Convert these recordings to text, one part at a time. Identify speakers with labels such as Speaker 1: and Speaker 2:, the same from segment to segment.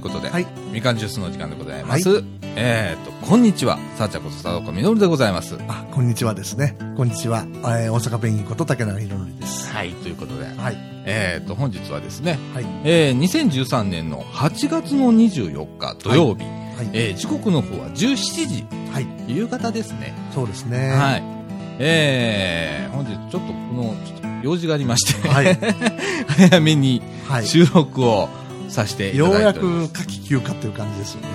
Speaker 1: ことで、
Speaker 2: はい
Speaker 1: みかんジュースの時間でございます。
Speaker 2: は
Speaker 1: えー、っと、こんにちは。さあちゃんこと佐藤みのるでございます。
Speaker 2: あ、こんにちはですね。こんにちは。えー、大阪ペンギンこと竹中宏典です。
Speaker 1: はい、ということで、
Speaker 2: はい。
Speaker 1: えー、っと、本日はですね、
Speaker 2: はい。
Speaker 1: えー、2013年の8月の24日土曜日、
Speaker 2: はい。
Speaker 1: えー、時刻の方は17時、
Speaker 2: はい。
Speaker 1: 夕方ですね。
Speaker 2: そうですね。
Speaker 1: はい。えー、本日ちょっとこの、ちょっと用事がありまして、
Speaker 2: はい
Speaker 1: 早めに
Speaker 2: はい。
Speaker 1: 収録をさせていた
Speaker 2: よう
Speaker 1: だ
Speaker 2: や
Speaker 1: いております。
Speaker 2: く夏季休暇っていう感じですよね。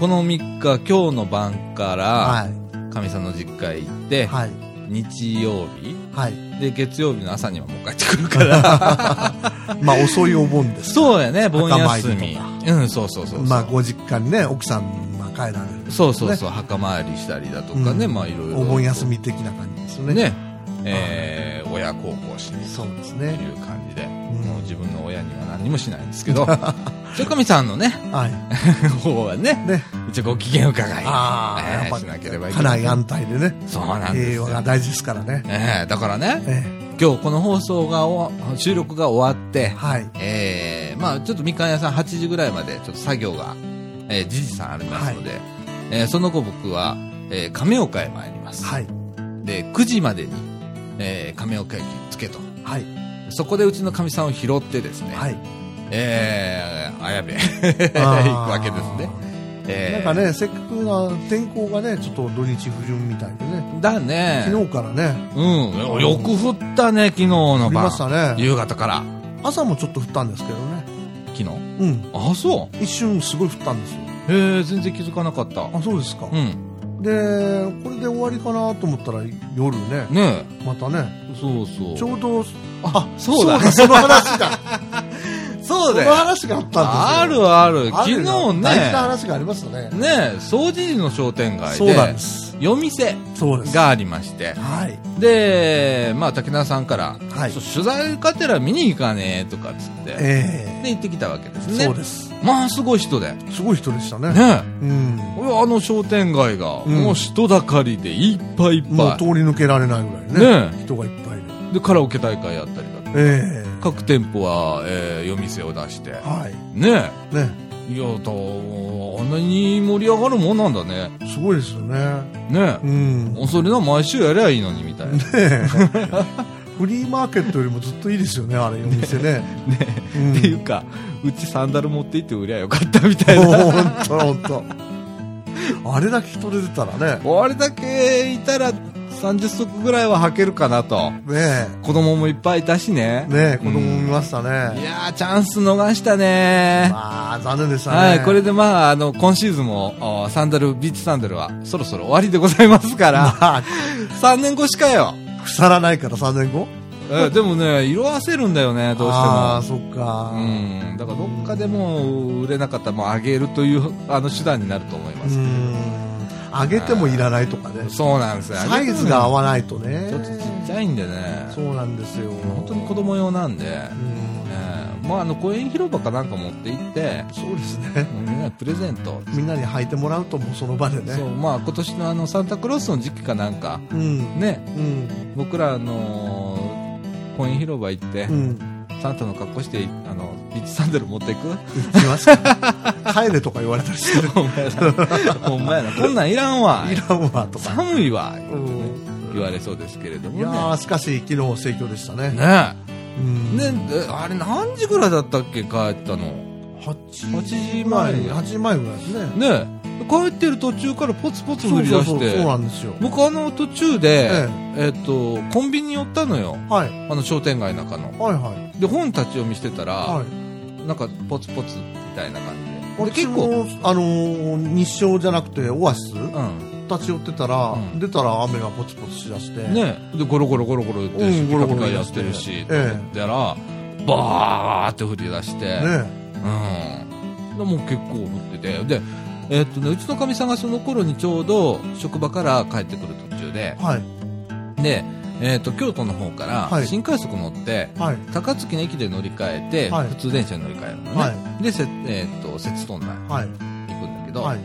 Speaker 1: この3日、今日の晩から、
Speaker 2: は
Speaker 1: かみさんの実家へ行っ
Speaker 2: い。
Speaker 1: て、
Speaker 2: はい。
Speaker 1: 日曜日、
Speaker 2: はい。
Speaker 1: で、月曜日の朝にはもう帰ってくるから、
Speaker 2: まあ、遅いお盆です。
Speaker 1: そうやね、盆休
Speaker 2: 墓参
Speaker 1: み
Speaker 2: りと。
Speaker 1: うん、そうそうそうそう。
Speaker 2: まあ、ご実家にね、奥さんが帰られる。
Speaker 1: そうそうそう、墓参りしたりだとかね、
Speaker 2: うん
Speaker 1: まあいろいろ。
Speaker 2: お盆休み的な感じですよね。
Speaker 1: ね。。えー、親孝行してる
Speaker 2: そうです
Speaker 1: とい
Speaker 2: ね。
Speaker 1: う感じで、
Speaker 2: ん
Speaker 1: もう自分の親には何もしないんですけど、 ちょかみさんの ね、
Speaker 2: はい。
Speaker 1: 方はね、
Speaker 2: ね。
Speaker 1: 一応ご機嫌伺い。
Speaker 2: ああ、
Speaker 1: えー
Speaker 2: やっぱ
Speaker 1: しなければいけ
Speaker 2: 家
Speaker 1: ない
Speaker 2: 内安泰でね。
Speaker 1: そうなんです
Speaker 2: 平
Speaker 1: よ
Speaker 2: 和。が大事ですからね。
Speaker 1: えー、だからね、
Speaker 2: え
Speaker 1: 今日この放送が終わ収録が終わって
Speaker 2: え、はい。
Speaker 1: えー、まあちょっとみかん屋さん8時ぐらいまでちょっと作業が、えー、時事さんありますので、えーその後僕は、えー、亀岡へ参ります。
Speaker 2: はい。
Speaker 1: で、9時までに、えー、亀岡駅つけと。
Speaker 2: はい。
Speaker 1: そこでうちのかみさんを拾ってですね、
Speaker 2: はい。
Speaker 1: えー、綾部へ
Speaker 2: あー
Speaker 1: 行くわけですね。
Speaker 2: な
Speaker 1: えー
Speaker 2: んかね、せっかくな天候がね、ちょっと土日不順みたいでね、
Speaker 1: だね。
Speaker 2: 昨日からね、
Speaker 1: うん。よく降ったね、昨日
Speaker 2: 降
Speaker 1: の
Speaker 2: り
Speaker 1: 晩。
Speaker 2: ましたね。
Speaker 1: 夕方から。
Speaker 2: 朝もちょっと降ったんですけどね。
Speaker 1: 昨日。
Speaker 2: うん。
Speaker 1: あ、そ
Speaker 2: 一瞬すごい降ったんですよ。
Speaker 1: う。へえ、全然気づかなかった。
Speaker 2: あ、そうですか。
Speaker 1: うん。
Speaker 2: で、これで終わりかなと思ったら夜ね、
Speaker 1: ね
Speaker 2: またね、
Speaker 1: え。そうそう。
Speaker 2: ちょうど、
Speaker 1: あ、そうだ。
Speaker 2: その話が、
Speaker 1: そ
Speaker 2: そうの
Speaker 1: だよ。
Speaker 2: 話があったんですよ。
Speaker 1: あるある。
Speaker 2: あ
Speaker 1: 昨
Speaker 2: る
Speaker 1: 日
Speaker 2: よ
Speaker 1: ね。
Speaker 2: 大事な話がありましたね。
Speaker 1: ねえ、掃除時の商店街で。
Speaker 2: そうなんです。
Speaker 1: 夜店
Speaker 2: そうです。
Speaker 1: がありまして。
Speaker 2: はい。
Speaker 1: で、まあ、竹田さんから、
Speaker 2: はい
Speaker 1: ちょっと取材かてら見に行かねえとかっつって。
Speaker 2: え
Speaker 1: で、行ってきたわけです
Speaker 2: え
Speaker 1: ね。
Speaker 2: そうです。
Speaker 1: まあ、すごい人で。ね
Speaker 2: すごい人でしたね。
Speaker 1: え。
Speaker 2: うん。
Speaker 1: これあの商店街が、
Speaker 2: うん
Speaker 1: もう人だかりでいっぱいいっ
Speaker 2: もう
Speaker 1: ぱ
Speaker 2: 通り抜けられないぐらい
Speaker 1: い。
Speaker 2: ね。
Speaker 1: ね
Speaker 2: 人がいっぱいいる。
Speaker 1: えで、カラオケ大会やったりだとか。
Speaker 2: ええ
Speaker 1: 各店舗は、えー、夜店を出して。
Speaker 2: はい。
Speaker 1: ね
Speaker 2: ね。
Speaker 1: え。いや、と、あんなに盛り上がるもんなんだね。
Speaker 2: すごいですよね。
Speaker 1: ね
Speaker 2: う
Speaker 1: え。
Speaker 2: ん。ね
Speaker 1: もうそれな、毎週やりゃいいのに、みたいな。
Speaker 2: えフリーマーケットよりもずっといいですよね、あれ、お店ね。
Speaker 1: ね
Speaker 2: うん
Speaker 1: っていうか、うちサンダル持って行って売りゃよかった、みたい
Speaker 2: もう
Speaker 1: な。
Speaker 2: 本当本当。あれだけ人出てたらね。
Speaker 1: あれだけいたら、30足ぐらいは履けるかなと。
Speaker 2: ね
Speaker 1: 子供もいっぱいいたしね。
Speaker 2: え。ねえ、子供見ました
Speaker 1: い
Speaker 2: ね。
Speaker 1: やー、チャンス逃したね
Speaker 2: まあ、残念でしたね。
Speaker 1: はい、これでまあ、あの、今シーズンも、あーサンダル、ビーチサンダルは、そろそろ終わりでございますから、
Speaker 2: まあ、
Speaker 1: 3年後しかよ。
Speaker 2: 腐らないから3年後
Speaker 1: えでもね、色褪せるんだよね、どうして
Speaker 2: あ
Speaker 1: も。
Speaker 2: あ、そっか。
Speaker 1: うん、だからどっかでも売れなかったらもうあげるというあの手段になると思いま
Speaker 2: う
Speaker 1: す、
Speaker 2: ん。あげてもいらないとかね。
Speaker 1: そうなんですよ
Speaker 2: サイズが合
Speaker 1: わ
Speaker 2: わないとね。
Speaker 1: ちょっとちっちゃいんでね
Speaker 2: そうなんですよ。
Speaker 1: 本当に子供用なんで、え
Speaker 2: う
Speaker 1: ー
Speaker 2: ん
Speaker 1: まああの公園広場かなんか持って行って
Speaker 2: そうですね。
Speaker 1: みんなにプレゼント、
Speaker 2: みんなに履いてもらうともうその場でね。
Speaker 1: そうまあ今年のあのサンタクロースの時期かなんか
Speaker 2: うん。
Speaker 1: ね
Speaker 2: うん。
Speaker 1: 僕らあのーコイン広場行って、
Speaker 2: うん。
Speaker 1: サンタの格好してあのビーチサンダル持っていく
Speaker 2: 行きます か帰れとか言われたりして。
Speaker 1: ほんまやなほんまやなこんなんいら んわ
Speaker 2: いらんわとか。
Speaker 1: 寒いわ、
Speaker 2: うん
Speaker 1: 言われそうですけれど
Speaker 2: いや
Speaker 1: も
Speaker 2: ー、しかし、昨日盛況でした
Speaker 1: ね
Speaker 2: ね。
Speaker 1: ね
Speaker 2: うん。
Speaker 1: ねえあれ何時ぐらいだったっけ帰ったの
Speaker 2: 8
Speaker 1: 8時
Speaker 2: 時
Speaker 1: 前
Speaker 2: 前、8時前ぐらいですね。
Speaker 1: ねえ帰ってる途中からポツポツ降り出して
Speaker 2: そうそうなんですよ。
Speaker 1: 僕あの途中で、
Speaker 2: え
Speaker 1: えっとコンビニ寄ったのよ
Speaker 2: はい。
Speaker 1: あの商店街の中の
Speaker 2: はいはい。
Speaker 1: で本立ち読みしてたら、
Speaker 2: はい。
Speaker 1: なんかポツポツみたいな感じでで
Speaker 2: 俺
Speaker 1: 結
Speaker 2: 結
Speaker 1: 構
Speaker 2: 構、あのー、日照じゃなくて、オアシス
Speaker 1: うん
Speaker 2: 立ち寄ってたら
Speaker 1: う、ん
Speaker 2: 出たら雨がポツポツしだして。。
Speaker 1: ねえでゴロゴロゴロゴロ言ってるし
Speaker 2: うん
Speaker 1: ピカ
Speaker 2: ゴロゴ
Speaker 1: ピ
Speaker 2: ロ
Speaker 1: カやってるし
Speaker 2: やっ
Speaker 1: と
Speaker 2: てる
Speaker 1: 思ったらバーって降り出して、
Speaker 2: ね
Speaker 1: うん。でもう結構降ってて。で、えーっとね、うちのかみさんがその頃にちょうど職場から帰ってくる途中で、
Speaker 2: はい。
Speaker 1: で、えーっと、京都の方か
Speaker 2: は
Speaker 1: ら
Speaker 2: い
Speaker 1: 新快速乗って、
Speaker 2: はい。
Speaker 1: 高槻の駅で乗り換えて、
Speaker 2: はい
Speaker 1: 普通電車に乗り換えるのね。
Speaker 2: は
Speaker 1: で、せえーっと、摂津頓内
Speaker 2: はい。
Speaker 1: 行くんだけど、
Speaker 2: はい。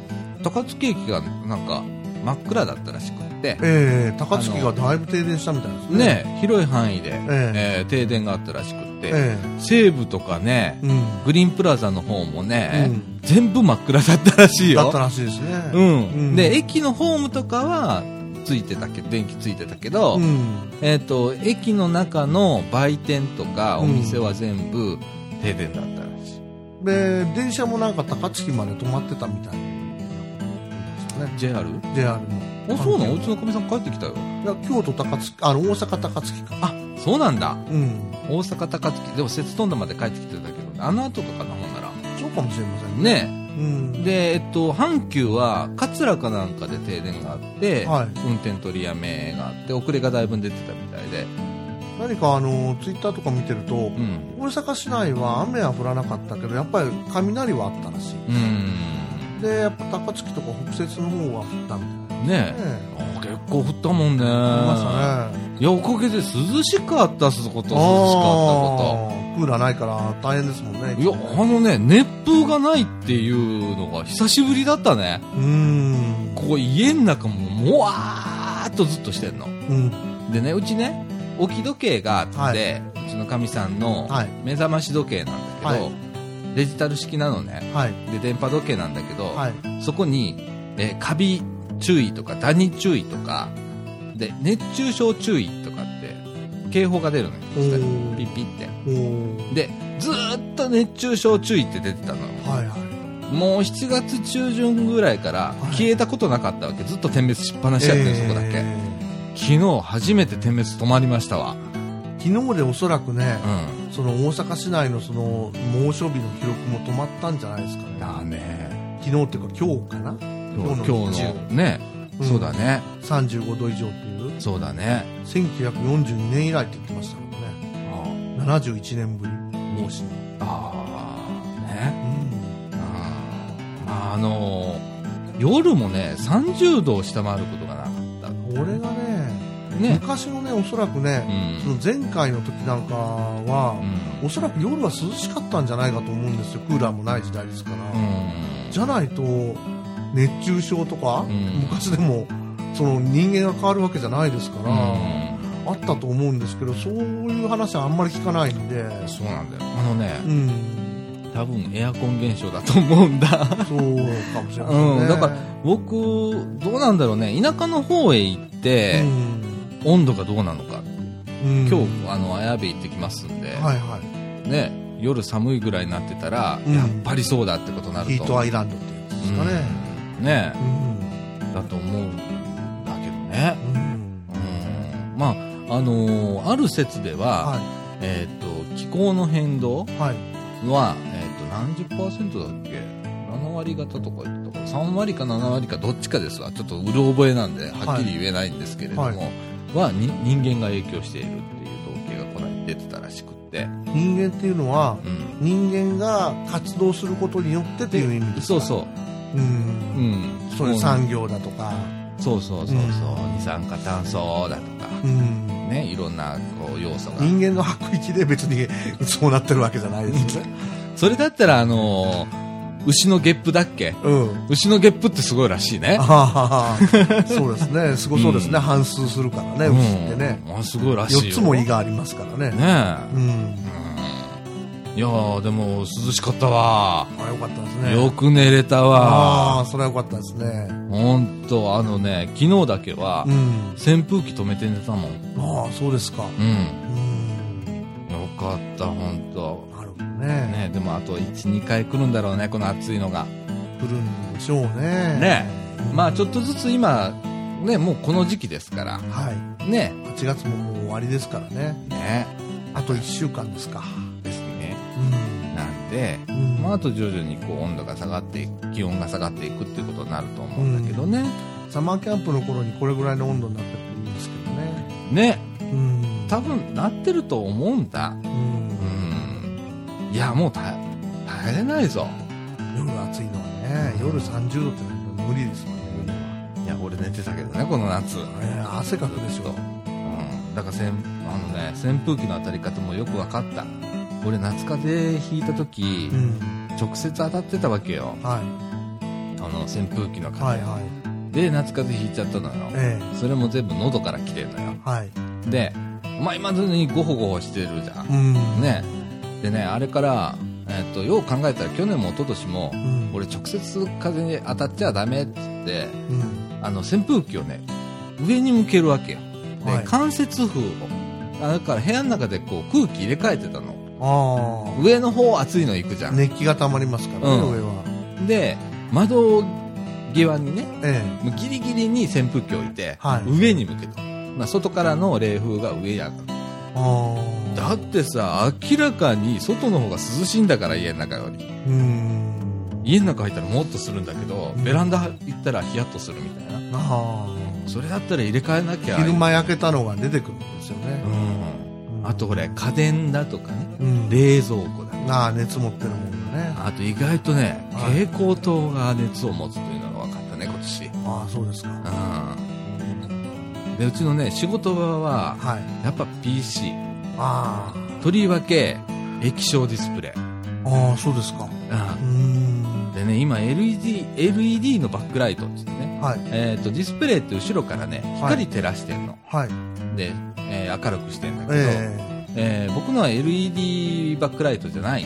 Speaker 1: 高槻駅がなんか、真っ暗だったらしくって、
Speaker 2: ええ高槻がだいぶ停電したみたいですね。
Speaker 1: ねえ、広い範囲で、
Speaker 2: え
Speaker 1: えー停電があったらしくって、
Speaker 2: え
Speaker 1: 西部とかね
Speaker 2: え、うん。
Speaker 1: グリーンプラザの方もね、
Speaker 2: うん
Speaker 1: 全部真っ暗だったらしいよ。
Speaker 2: だったらしいですね。
Speaker 1: うん、
Speaker 2: うん
Speaker 1: で、駅のホームとかは、ついてたけど、電気ついてたけど、
Speaker 2: うん。
Speaker 1: えっ、と、駅の中の売店とかお店は全部停電だったらしい。
Speaker 2: で、電車もなんか高槻まで止まってたみたいな。ね。
Speaker 1: JR?
Speaker 2: JR も。
Speaker 1: あ、そうなのう
Speaker 2: い
Speaker 1: ちのかみさん帰ってきたよ。
Speaker 2: や京都高槻、あの、大阪高槻か。
Speaker 1: あ、そうなんだ。
Speaker 2: うん。
Speaker 1: 大阪高槻。でも、摂津飛んだまで帰ってきてたけど、あの後とかな、ほんなら。
Speaker 2: そうかもしれませんね。
Speaker 1: ね
Speaker 2: うん。
Speaker 1: で、えっと、阪急は、桂かなんかで停電があって、
Speaker 2: はい
Speaker 1: 運転取りやめがあって、遅れがだいぶ出てたみたいで。
Speaker 2: 何かあの、ツイッターとか見てると、
Speaker 1: うん。
Speaker 2: 大阪市内は雨は降らなかったけど、やっぱり雷はあったらしい。
Speaker 1: う
Speaker 2: で、やっぱ高槻とか北摂の方は降ったみ
Speaker 1: ーん。ね
Speaker 2: たいなね。
Speaker 1: え。あ結構降ったもんね。
Speaker 2: ありましたね。
Speaker 1: いや、おかげで涼しかったっすこと、涼しかったこ
Speaker 2: あークーラーないから大変ですもんね。
Speaker 1: と。いや、あのね、熱風がないっていうのが久しぶりだったね。
Speaker 2: うーん。
Speaker 1: ここ家の中ももわーっとずっとしてんの。
Speaker 2: うん。
Speaker 1: でね、うちね、置き時計があって、
Speaker 2: は
Speaker 1: うちのかみさんの
Speaker 2: はい。
Speaker 1: 目覚まし時計なんだけど、
Speaker 2: はい
Speaker 1: デジタル式なのね。
Speaker 2: はい。
Speaker 1: で、電波時計なんだけど、
Speaker 2: はい。
Speaker 1: そこに、えーカビ注意とか、ダニ注意とか、で、熱中症注意とかって、警報が出るのよ。
Speaker 2: おー
Speaker 1: ピッピッて。
Speaker 2: おー
Speaker 1: で、ずーっと熱中症注意って出てたのよ。
Speaker 2: はいはい。
Speaker 1: もう7月中旬ぐらいから
Speaker 2: はい
Speaker 1: 消えたことなかったわけ。ずっと点滅しっぱなしだったよ、そこだけ。
Speaker 2: え
Speaker 1: 昨日初めて点滅止まりましたわ。
Speaker 2: ー昨日でおそらくね、
Speaker 1: うん。
Speaker 2: その大阪市内のその猛暑日の記録も止まったんじゃないですかね。
Speaker 1: だね。
Speaker 2: 昨日っていうか今日かな
Speaker 1: 今日
Speaker 2: 日の
Speaker 1: の
Speaker 2: 日曜
Speaker 1: ね、
Speaker 2: ん
Speaker 1: そうだね。
Speaker 2: 35度以上っていう
Speaker 1: そうだね。
Speaker 2: 1942年以来って言ってましたからね
Speaker 1: あ
Speaker 2: 71年ぶり猛暑、
Speaker 1: あー。ね。
Speaker 2: う
Speaker 1: うん
Speaker 2: ん、
Speaker 1: あのー夜もね、30度を下回ることがなかった。
Speaker 2: これがね
Speaker 1: ね。
Speaker 2: 昔のねおそらく
Speaker 1: う
Speaker 2: ね、そ
Speaker 1: ん。
Speaker 2: の前回の時なんか
Speaker 1: う
Speaker 2: は、
Speaker 1: ん。
Speaker 2: おそらく夜は涼しかったんじゃないかと思うんですよクーラーもない時代ですから、
Speaker 1: うん
Speaker 2: じゃないと熱中症とか、
Speaker 1: うん
Speaker 2: 昔でもその人間が変わるわけじゃないですから、あったと思うんですけどそういう話はあんまり聞かないんで
Speaker 1: うん。そうなんだよ。あのね、
Speaker 2: うん
Speaker 1: 多分エアコン現象だと思うんだ。
Speaker 2: そうかもしれませんね、
Speaker 1: うんだから僕、どうなんだろうね。田舎の方へ行って
Speaker 2: う、ん
Speaker 1: 温度がどうなのか。
Speaker 2: うん
Speaker 1: 今日、あの、綾部行ってきますんで、
Speaker 2: はいはい
Speaker 1: ね、夜寒いぐらいになってたら、
Speaker 2: うん
Speaker 1: やっぱりそうだってことになると。
Speaker 2: ヒートアイランドってやつですかね、
Speaker 1: うんね
Speaker 2: う、ん
Speaker 1: だと思うんだけどね。
Speaker 2: うん
Speaker 1: うんまあ、あのーある説では、
Speaker 2: は
Speaker 1: えっ、と、気候の変動
Speaker 2: いはい
Speaker 1: は、えっ、と、何十パーセントだっけ ?7 割方とか言ったかな3割か7割かどっちかですわ。ちょっとうろ覚えなんで、はっきり言えないんですけれども、は
Speaker 2: はい
Speaker 1: に人間が影響しているっていう統計がこの間出てたらしくって、
Speaker 2: 人間っていうのは
Speaker 1: うん。
Speaker 2: 人間が活動することによってっていう意味です
Speaker 1: そ
Speaker 2: か、
Speaker 1: うそうう。
Speaker 2: ん
Speaker 1: うん。
Speaker 2: そういう産業だとか、
Speaker 1: そうそうそうそう、
Speaker 2: うん
Speaker 1: 二酸化炭素だとか、
Speaker 2: うん、
Speaker 1: ね、いろんなこう要素が。
Speaker 2: 人間の吐く息で別に そうなってるわけじゃないですよね、
Speaker 1: それだったら、あのー牛のゲップだっけ
Speaker 2: うん、
Speaker 1: 牛のゲップってすごいらしいね。
Speaker 2: ああそうですねすごそうですね、半数するからね牛ってね、
Speaker 1: うん、あすごいらしいよ。
Speaker 2: 4つも胃がありますから
Speaker 1: ね
Speaker 2: ね
Speaker 1: え。
Speaker 2: うん
Speaker 1: うん。いやー、でも涼しかったわ。
Speaker 2: あよかったですね
Speaker 1: よく寝れた
Speaker 2: あ
Speaker 1: わ。
Speaker 2: あそれはよかったですね
Speaker 1: ほんと、あのね、昨日だけは
Speaker 2: う、ん
Speaker 1: 扇風機止めて寝たもん。
Speaker 2: ああそうですか
Speaker 1: うん。
Speaker 2: うん
Speaker 1: よかった、ほんと。
Speaker 2: なるほどね
Speaker 1: ねえでもあと1、2回来るんだろうね、この暑いのが。
Speaker 2: 来るんでしょうね
Speaker 1: ね
Speaker 2: うん
Speaker 1: まあちょっとずつ今、ね、もうこの時期ですから。
Speaker 2: はい
Speaker 1: ね
Speaker 2: 8月ももう終わりですからね
Speaker 1: え。ね
Speaker 2: あと1週間ですか
Speaker 1: えですね。
Speaker 2: うん
Speaker 1: なんで、
Speaker 2: うん
Speaker 1: まあ、あと徐々にこう温度が下がっていく気温が下がっていくっていうことになると思うんだけどね、
Speaker 2: サマーキャンプの頃にこれぐらいの温度になったっていいんですけど
Speaker 1: ね
Speaker 2: ねうん
Speaker 1: 多分なってると思うんだ
Speaker 2: うん
Speaker 1: うんいやもう耐え耐えれないぞ
Speaker 2: 夜暑いのはね夜30度ってなると無理ですもんね夜はい
Speaker 1: や俺寝てたけどねこの夏、うん、
Speaker 2: えー汗かくでしょ
Speaker 1: だからせんあのね扇風機の当たり方もよく分かった俺夏風邪ひいた時、
Speaker 2: うん
Speaker 1: 直接当たってたわけよ
Speaker 2: はい
Speaker 1: あの扇風機の風、
Speaker 2: はいはい
Speaker 1: でで夏風邪ひいちゃったのよ、
Speaker 2: え
Speaker 1: それも全部喉から来てるのよ
Speaker 2: えはい。
Speaker 1: でまあ今ずにゴホゴホしてるじゃん
Speaker 2: う、ん。。
Speaker 1: ねでねあれから、えっとよう考えたら去年も一昨年も、
Speaker 2: うん。
Speaker 1: 俺直接風に当たっちゃダメっつって
Speaker 2: うん。
Speaker 1: あの扇風機をね上に向けるわけよで、
Speaker 2: はい
Speaker 1: 関節風をあだから部屋の中でこう空気入れ替えてたの
Speaker 2: あ
Speaker 1: 上の方暑いの行くじゃ
Speaker 2: あ。
Speaker 1: ん、
Speaker 2: 熱気が溜まりますからね、
Speaker 1: うん
Speaker 2: 上は。
Speaker 1: で窓際にね
Speaker 2: え
Speaker 1: もうギリギリに扇風機を置いて、
Speaker 2: はい
Speaker 1: 上に向けた、まあ、外からの冷風が上やった
Speaker 2: えああ。
Speaker 1: だってさ明らかに外の方が涼しいんだから家の中より
Speaker 2: うん。
Speaker 1: 家の中入ったらもっとするんだけど
Speaker 2: うん
Speaker 1: ベランダ行ったらヒヤッとするみたいな
Speaker 2: あ
Speaker 1: それだったら入れ替えなき
Speaker 2: あ。
Speaker 1: ゃ
Speaker 2: 昼間焼けたのが出てくるんですよね
Speaker 1: う。んあとこれ家電だとかね
Speaker 2: うん。
Speaker 1: 冷蔵庫だ
Speaker 2: ああ、熱持ってるもんだね。
Speaker 1: あと意外とね
Speaker 2: はい
Speaker 1: 蛍光灯が熱を持つというのが分かったね今年
Speaker 2: ああ、そうですか。
Speaker 1: うんでうちのね仕事場は
Speaker 2: はい。
Speaker 1: やっぱ PC
Speaker 2: あ
Speaker 1: とりわけ液晶ディスプレイ、
Speaker 2: あ。ああ、そうですか。うーん。
Speaker 1: でね今 LED, LED のバックライトってってね、
Speaker 2: はい。
Speaker 1: えー、とディスプレイって後ろからね
Speaker 2: はい
Speaker 1: 光照らしてんの、
Speaker 2: はい。
Speaker 1: で、えー明るくしてんだけど、え
Speaker 2: え
Speaker 1: ー僕のは LED バックライトじゃない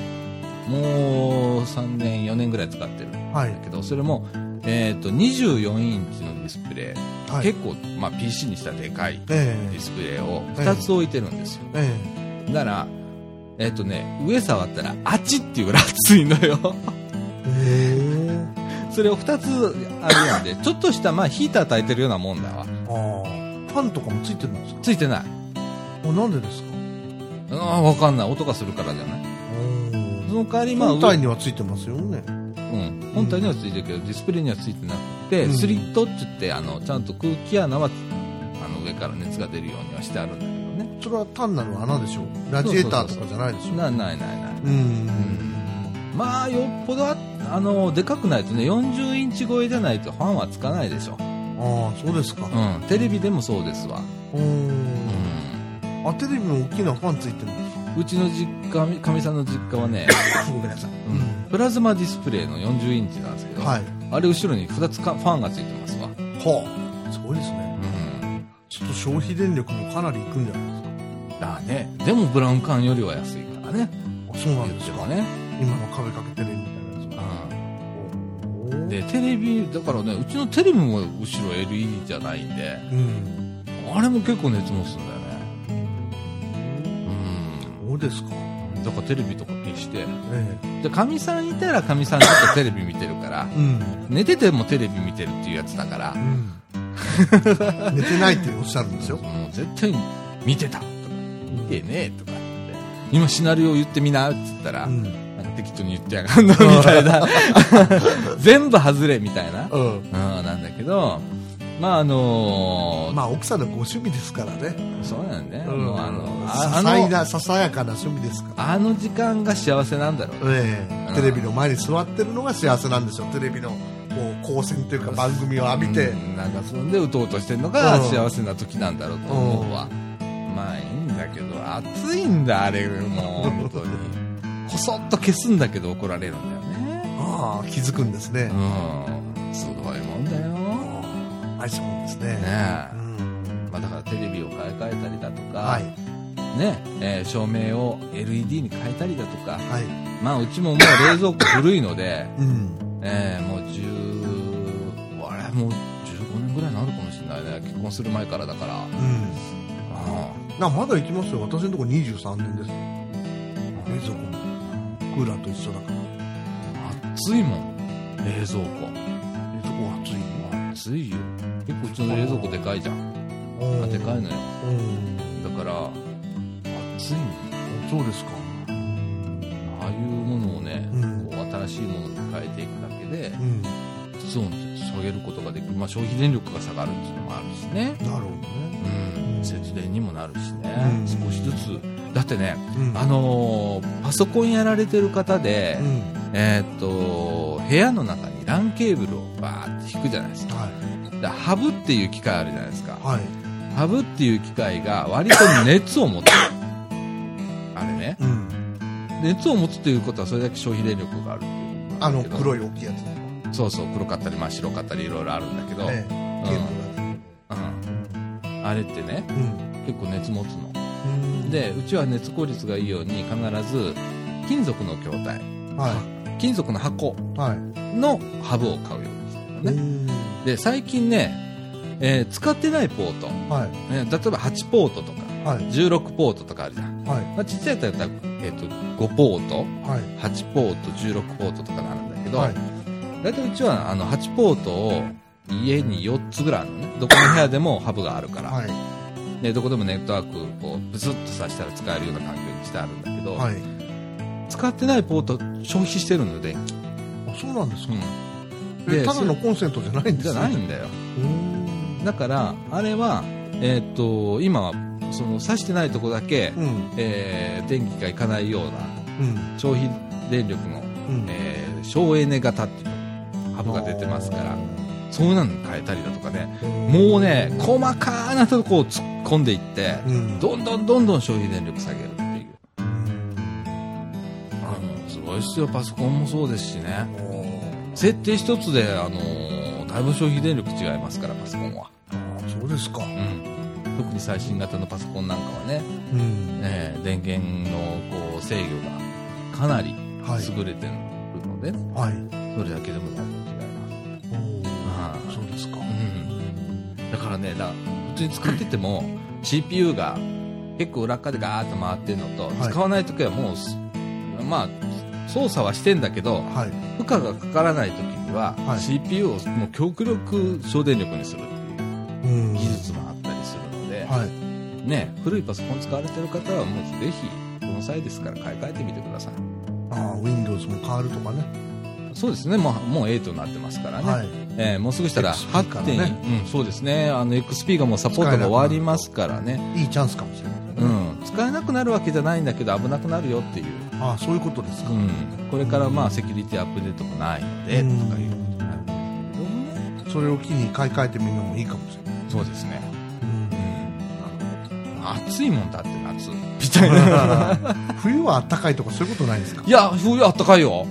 Speaker 1: もう3年4年ぐらい使ってるん
Speaker 2: え
Speaker 1: だ
Speaker 2: はい。
Speaker 1: けどそれも、えー、と24インチのディスプレイ、
Speaker 2: はい。
Speaker 1: 結構、まあ、PC にしたらでかい
Speaker 2: え
Speaker 1: ディスプレイを
Speaker 2: ええ
Speaker 1: 2つ置いてるんですよ、
Speaker 2: ええ
Speaker 1: ならえっ、とね上触ったらあちっていうぐらい熱いのよ
Speaker 2: ええ
Speaker 1: それを2つあるやんでちょっとしたまあヒーター焚いてるようなもんだわ
Speaker 2: ああ。ファンとかもついてるんですか
Speaker 1: ついてない
Speaker 2: あなんでですか
Speaker 1: ああ分かんない音がするからじゃないその代わりまあ
Speaker 2: 本体
Speaker 1: に、
Speaker 2: にはついてますよね。
Speaker 1: うん、本体にはついてるけどディスプレイにはついてなくて、
Speaker 2: うん
Speaker 1: スリットって言ってあのちゃんと空気穴はあの上から熱が出るようにはしてあるんだけどね
Speaker 2: それは単なる穴でしょう。ラジエーターとかじゃないでしょ
Speaker 1: なないないない
Speaker 2: うん。
Speaker 1: まあよっぽどああのでかくないとね40インチ超えじゃないとファンはつかないでしょ、
Speaker 2: ああ、そうですか。
Speaker 1: うん、テレビでもそうですわ、
Speaker 2: うん。
Speaker 1: う
Speaker 2: あ、テレビの大きなファンついてるんですか
Speaker 1: ん、うちの実家みかみさんの実家は ね、
Speaker 2: ごめんなさい。
Speaker 1: うんプラズマディスプレイの40インチなんですけど、
Speaker 2: はい。
Speaker 1: あれ後ろに2つかファンがついてますわ、うん、
Speaker 2: はあ。すごいですね。ちょっと消費電力もかなりいくんじゃないで
Speaker 1: だねでもブラウン管よりは安いからね
Speaker 2: すか。あ、そうな
Speaker 1: 言
Speaker 2: んで
Speaker 1: っ
Speaker 2: す
Speaker 1: て
Speaker 2: よ
Speaker 1: もね、
Speaker 2: 今の壁かけてるみたいなやつ
Speaker 1: う
Speaker 2: は
Speaker 1: ん、でテレビだからねうちのテレビも後ろ LED じゃないんで
Speaker 2: うん
Speaker 1: あれも結構熱持つんだよねうん
Speaker 2: そうですか
Speaker 1: だからテレビとか消して
Speaker 2: ええ
Speaker 1: でかみさんいたらかみさんちょっとテレビ見てるから
Speaker 2: うん
Speaker 1: 寝ててもテレビ見てるっていうやつだから
Speaker 2: うん 寝てないっておっしゃるんですよ
Speaker 1: もう絶対に見てたとか見てねえとかって今シナリオ言ってみなって言ったら、
Speaker 2: うん
Speaker 1: なんか適当に言ってやがんのみたい な全部外れみたいなうんなんだけどまああのー
Speaker 2: まあ奥さんのご趣味ですからね
Speaker 1: そうなんだね、
Speaker 2: うん
Speaker 1: もうあのあ
Speaker 2: さ
Speaker 1: あ
Speaker 2: さい
Speaker 1: の
Speaker 2: なささやかな趣味ですから
Speaker 1: あの時間が幸せなんだろうね
Speaker 2: え
Speaker 1: うん
Speaker 2: えテレビの前に座ってるのが幸せなんですよテレビのこう光線というか番組を浴びて
Speaker 1: うんなんかそんでうとうとしてるのが
Speaker 2: うん
Speaker 1: 幸せな時なんだろうと思うわ、まあいいんだけど暑いんだあれもう本当に こそっと消すんだけど怒られるんだよね
Speaker 2: ああ気づくんですね
Speaker 1: うんすごいもんだよ
Speaker 2: 愛情ですね
Speaker 1: ねえ、
Speaker 2: うん
Speaker 1: まあ、だからテレビを買い替えたりだとか、
Speaker 2: はい
Speaker 1: ねえー照明を LED に変えたりだとか
Speaker 2: はい
Speaker 1: まあうちももう冷蔵庫古いので
Speaker 2: うん
Speaker 1: えー、もう10あれもう15年ぐらいになるかもしれないね結婚する前からだから
Speaker 2: うん
Speaker 1: あ
Speaker 2: なまだ行きますよ私のとこ23年ですよ冷蔵庫もクーラーと一緒だから
Speaker 1: あ暑いもん冷蔵庫
Speaker 2: 冷蔵庫は暑い
Speaker 1: 暑いよ結構うちの冷蔵庫でかいじゃんあでかいのよ
Speaker 2: うん
Speaker 1: だから暑いもん
Speaker 2: そうですか
Speaker 1: ああいうものをね、
Speaker 2: うん
Speaker 1: こう新しいものに変えていくだけで
Speaker 2: うんな
Speaker 1: 室温を下げることができる、まあ、消費電力が下がるっていうのもあるしね、
Speaker 2: るほどね
Speaker 1: うん
Speaker 2: うん
Speaker 1: 節電にもなるしね、
Speaker 2: うん
Speaker 1: 少しずつだってね
Speaker 2: うん
Speaker 1: あのーパソコンやられてる方で、
Speaker 2: うん
Speaker 1: えーっと部屋の中に LAN ケーブルをバーって引くじゃないですか
Speaker 2: はい
Speaker 1: だからハブっていう機械あるじゃないですか
Speaker 2: はい
Speaker 1: ハブっていう機械が割と熱を持つあれね
Speaker 2: うん
Speaker 1: 熱を持つということはそれだけ消費電力があるっていうことな
Speaker 2: あ
Speaker 1: ん
Speaker 2: の
Speaker 1: だけど
Speaker 2: 黒い大きいやつ
Speaker 1: そうそう黒かったり真っ白かったりいろいろあるんだけど、
Speaker 2: ええゲームがね
Speaker 1: うん、あれってね
Speaker 2: うん
Speaker 1: 結構熱持つの
Speaker 2: うん
Speaker 1: でうちは熱効率がいいように必ず金属の筐体
Speaker 2: は
Speaker 1: 金属の箱
Speaker 2: いはい
Speaker 1: のハブを買うようにしてるの
Speaker 2: う
Speaker 1: ね
Speaker 2: ん
Speaker 1: で最近ね、えー使ってないポート、
Speaker 2: はい
Speaker 1: えー例えば8ポートとか
Speaker 2: はい
Speaker 1: 16ポートとかあるじゃん、
Speaker 2: はい
Speaker 1: まあ、ちっちゃいやつだったら、えー、と5ポート
Speaker 2: はい
Speaker 1: 8ポート16ポートとかあるんだけど、
Speaker 2: はい
Speaker 1: 大体うちはあの8ポートを家に4つぐらいあるのねどこの部屋でもハブがあるから、
Speaker 2: はい
Speaker 1: でどこでもネットワークをこうブスッとさしたら使えるような環境にしてあるんだけど、
Speaker 2: はい
Speaker 1: 使ってないポート消費してるのよ電気、
Speaker 2: あそうなんですか
Speaker 1: うんで
Speaker 2: えただのコンセントじゃないんで
Speaker 1: じゃ
Speaker 2: す
Speaker 1: ない
Speaker 2: ね
Speaker 1: んだよ
Speaker 2: うん
Speaker 1: だからあれはえーっと今はその挿してないとこだけ、
Speaker 2: うん
Speaker 1: えー電気がいかないような
Speaker 2: うん
Speaker 1: 消費電力の、
Speaker 2: うん
Speaker 1: えー省エネ型っていうハブが出てますからそういうのに変えたりだとかねもうね細かなとこを突っ込んでいって
Speaker 2: うん
Speaker 1: どんどんどんどん消費電力下げるっていうあのすごいっすよパソコンもそうですしね設定一つで、あのーだいぶ消費電力違いますからパソコンは、
Speaker 2: あそうですか
Speaker 1: うん、特に最新型のパソコンなんかはね、
Speaker 2: うん
Speaker 1: えー電源のこう制御がかなり
Speaker 2: はい
Speaker 1: 優れてるので、
Speaker 2: はい
Speaker 1: それだけでもだいぶ違います、
Speaker 2: おー
Speaker 1: は
Speaker 2: そうですか
Speaker 1: いうん、だからねだ普通に使ってても CPU が結構裏っ側でガーッと回ってるのと、
Speaker 2: はい
Speaker 1: 使わない時はもうすまあ操作はしてんだけど、
Speaker 2: はい
Speaker 1: 負荷がかからない時には、
Speaker 2: はい
Speaker 1: CPU をもう極力省電力にするっていう
Speaker 2: うん
Speaker 1: 技術もあったりするので、
Speaker 2: はい
Speaker 1: ね、古いパソコン使われてる方はもうぜひこの際ですから買い替えてみてください
Speaker 2: ああ Windows も変わるとかね
Speaker 1: そうですねもうもう8になってますからね、
Speaker 2: はい
Speaker 1: えーもうすぐしたら
Speaker 2: XP からね
Speaker 1: 8.2、うん、そうですねあの XP がもうサポートが終わりますからね
Speaker 2: いいチャンスかもしれないね
Speaker 1: うん、使えなくなるわけじゃないんだけど危なくなるよっていう、
Speaker 2: ああそういうことですか
Speaker 1: うん、これからまあセキュリティアップデートもないのでと
Speaker 2: うん
Speaker 1: かいうことになるんですけどもね
Speaker 2: それを機に買い替えてみるのもいいかもしれない
Speaker 1: そうですね
Speaker 2: うん
Speaker 1: 暑いもんだって夏み たいな
Speaker 2: 冬は暖かいとかそういうことないですか
Speaker 1: いや冬あったかいよ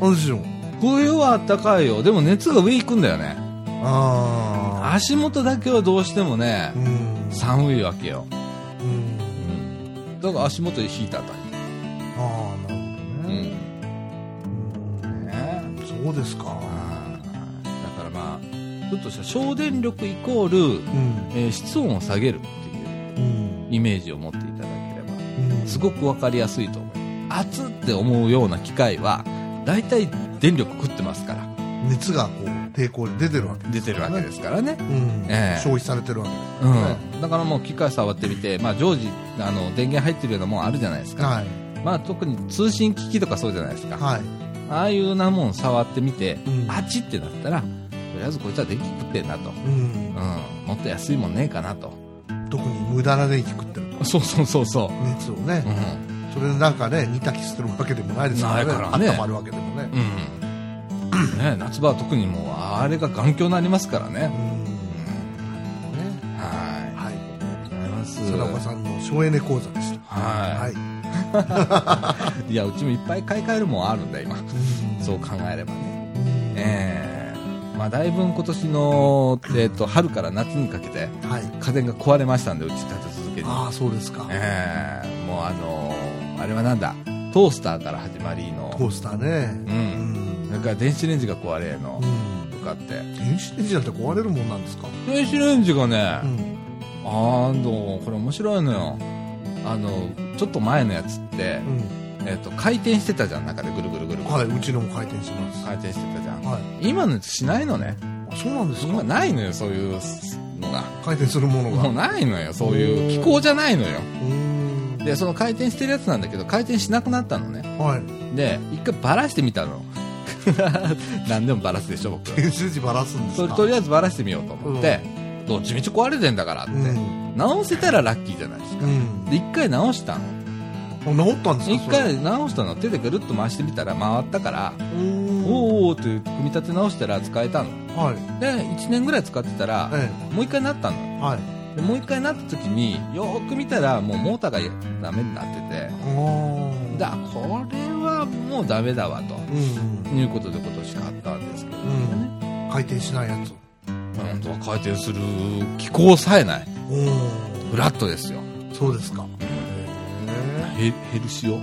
Speaker 2: 何でしょう
Speaker 1: 冬はあったかいよでも熱が上行くんだよね
Speaker 2: ああ
Speaker 1: 足元だけはどうしてもね
Speaker 2: うん
Speaker 1: 寒いわけよ、
Speaker 2: うん
Speaker 1: うん、だから足元でヒーターだ
Speaker 2: ああなるほど
Speaker 1: う
Speaker 2: ね
Speaker 1: ん
Speaker 2: うん
Speaker 1: ね
Speaker 2: そうですか
Speaker 1: あーだからまあちょっとした省電力イコール、
Speaker 2: うん
Speaker 1: えー室温を下げるっていう
Speaker 2: うん
Speaker 1: イメージを持っていただければ
Speaker 2: うん
Speaker 1: すごく分かりやすいと思います暑って思うような機械は大体電力食ってますから
Speaker 2: 熱がこう抵抗で出てるわけ
Speaker 1: 出てるわけですからね、
Speaker 2: うん
Speaker 1: ええ
Speaker 2: 消費されてるわけです
Speaker 1: うん、だからもう機械触ってみて、まあ、常時あの電源入ってるようなもんあるじゃないですか、
Speaker 2: はい
Speaker 1: まあ、特に通信機器とかそうじゃないですか、
Speaker 2: はい
Speaker 1: ああいうようなもん触ってみて、
Speaker 2: うん
Speaker 1: あっちってなったらとりあえずこいつは電気食ってんなと、う
Speaker 2: うん
Speaker 1: ん、もっと安いもんねえかなと
Speaker 2: 特に無駄な電気食ってる
Speaker 1: そうそうそうそ
Speaker 2: 熱をね
Speaker 1: う、うん
Speaker 2: それでなんかね煮炊きするわけでもないですからね
Speaker 1: ないからね
Speaker 2: 温まるわけでもね
Speaker 1: うんね、夏場は特にもうあれが頑強になりますから
Speaker 2: う
Speaker 1: ね、
Speaker 2: ん
Speaker 1: うん、
Speaker 2: ね
Speaker 1: は
Speaker 2: はい
Speaker 1: いありがとうございます
Speaker 2: 佐岡さんの省エネ講座でした
Speaker 1: は
Speaker 2: はい
Speaker 1: い、いやうちもいっぱい買い替えるもんあるんだ今そう考えればねえーまあ、だいぶん今年の、えー、と春から夏にかけて
Speaker 2: はい
Speaker 1: 家電が壊れましたんでうち立て続けに、
Speaker 2: ああそうですか
Speaker 1: えーもうあのーあれはなんだトースターから始まり
Speaker 2: ト
Speaker 1: の
Speaker 2: ースターね
Speaker 1: う
Speaker 2: うんん
Speaker 1: なんか電子レンジが壊れの
Speaker 2: うん
Speaker 1: とかって
Speaker 2: 電子レンジなんて壊れるもんなんですか
Speaker 1: 電子レンジがね、
Speaker 2: うん
Speaker 1: あのこれ面白いのよあのちょっと前のやつって、
Speaker 2: うん
Speaker 1: えー、と回転してたじゃん中でぐるぐるぐるぐる、
Speaker 2: はいうちのも回転します
Speaker 1: 回転してたじゃん
Speaker 2: はい
Speaker 1: 今のやつしないのね
Speaker 2: あそうなんです
Speaker 1: 今
Speaker 2: か
Speaker 1: ないのよそういうのが
Speaker 2: 回転するもの
Speaker 1: も
Speaker 2: が
Speaker 1: うないのよ、そういう気候じゃないのよ。
Speaker 2: うーん
Speaker 1: で、その回転してるやつなんだけど、回転しなくなったのね。
Speaker 2: はい
Speaker 1: で、一回バラしてみたの。 何でもバラすでしょ、僕。
Speaker 2: 電子レンジばらすんです
Speaker 1: そ
Speaker 2: か
Speaker 1: れとりあえずバラしてみようと思って、どっちみち壊れてんだからって。
Speaker 2: うん
Speaker 1: 直せたらラッキーじゃないですか。
Speaker 2: うん
Speaker 1: で、一回直したの。
Speaker 2: あ治ったんですか
Speaker 1: 一
Speaker 2: それ
Speaker 1: 回直したの。手でぐるっと回してみたら回ったから、
Speaker 2: うーん
Speaker 1: おーおーって組み立て直したら使えたの。
Speaker 2: はい
Speaker 1: で、1年ぐらい使ってたら、
Speaker 2: え
Speaker 1: もう一回なったの。
Speaker 2: えはい
Speaker 1: でもう一回なった時に、よーく見たら、もうモーターがダメになってて、
Speaker 2: ああ
Speaker 1: だこれはもうダメだわと
Speaker 2: うん
Speaker 1: いうことで今年買ったんですけど
Speaker 2: うん
Speaker 1: ね、
Speaker 2: 回転しないやつ
Speaker 1: 温度が回転する気候さえない。
Speaker 2: おー
Speaker 1: フラットですよ。
Speaker 2: そうですか。
Speaker 1: ヘヘルシオ。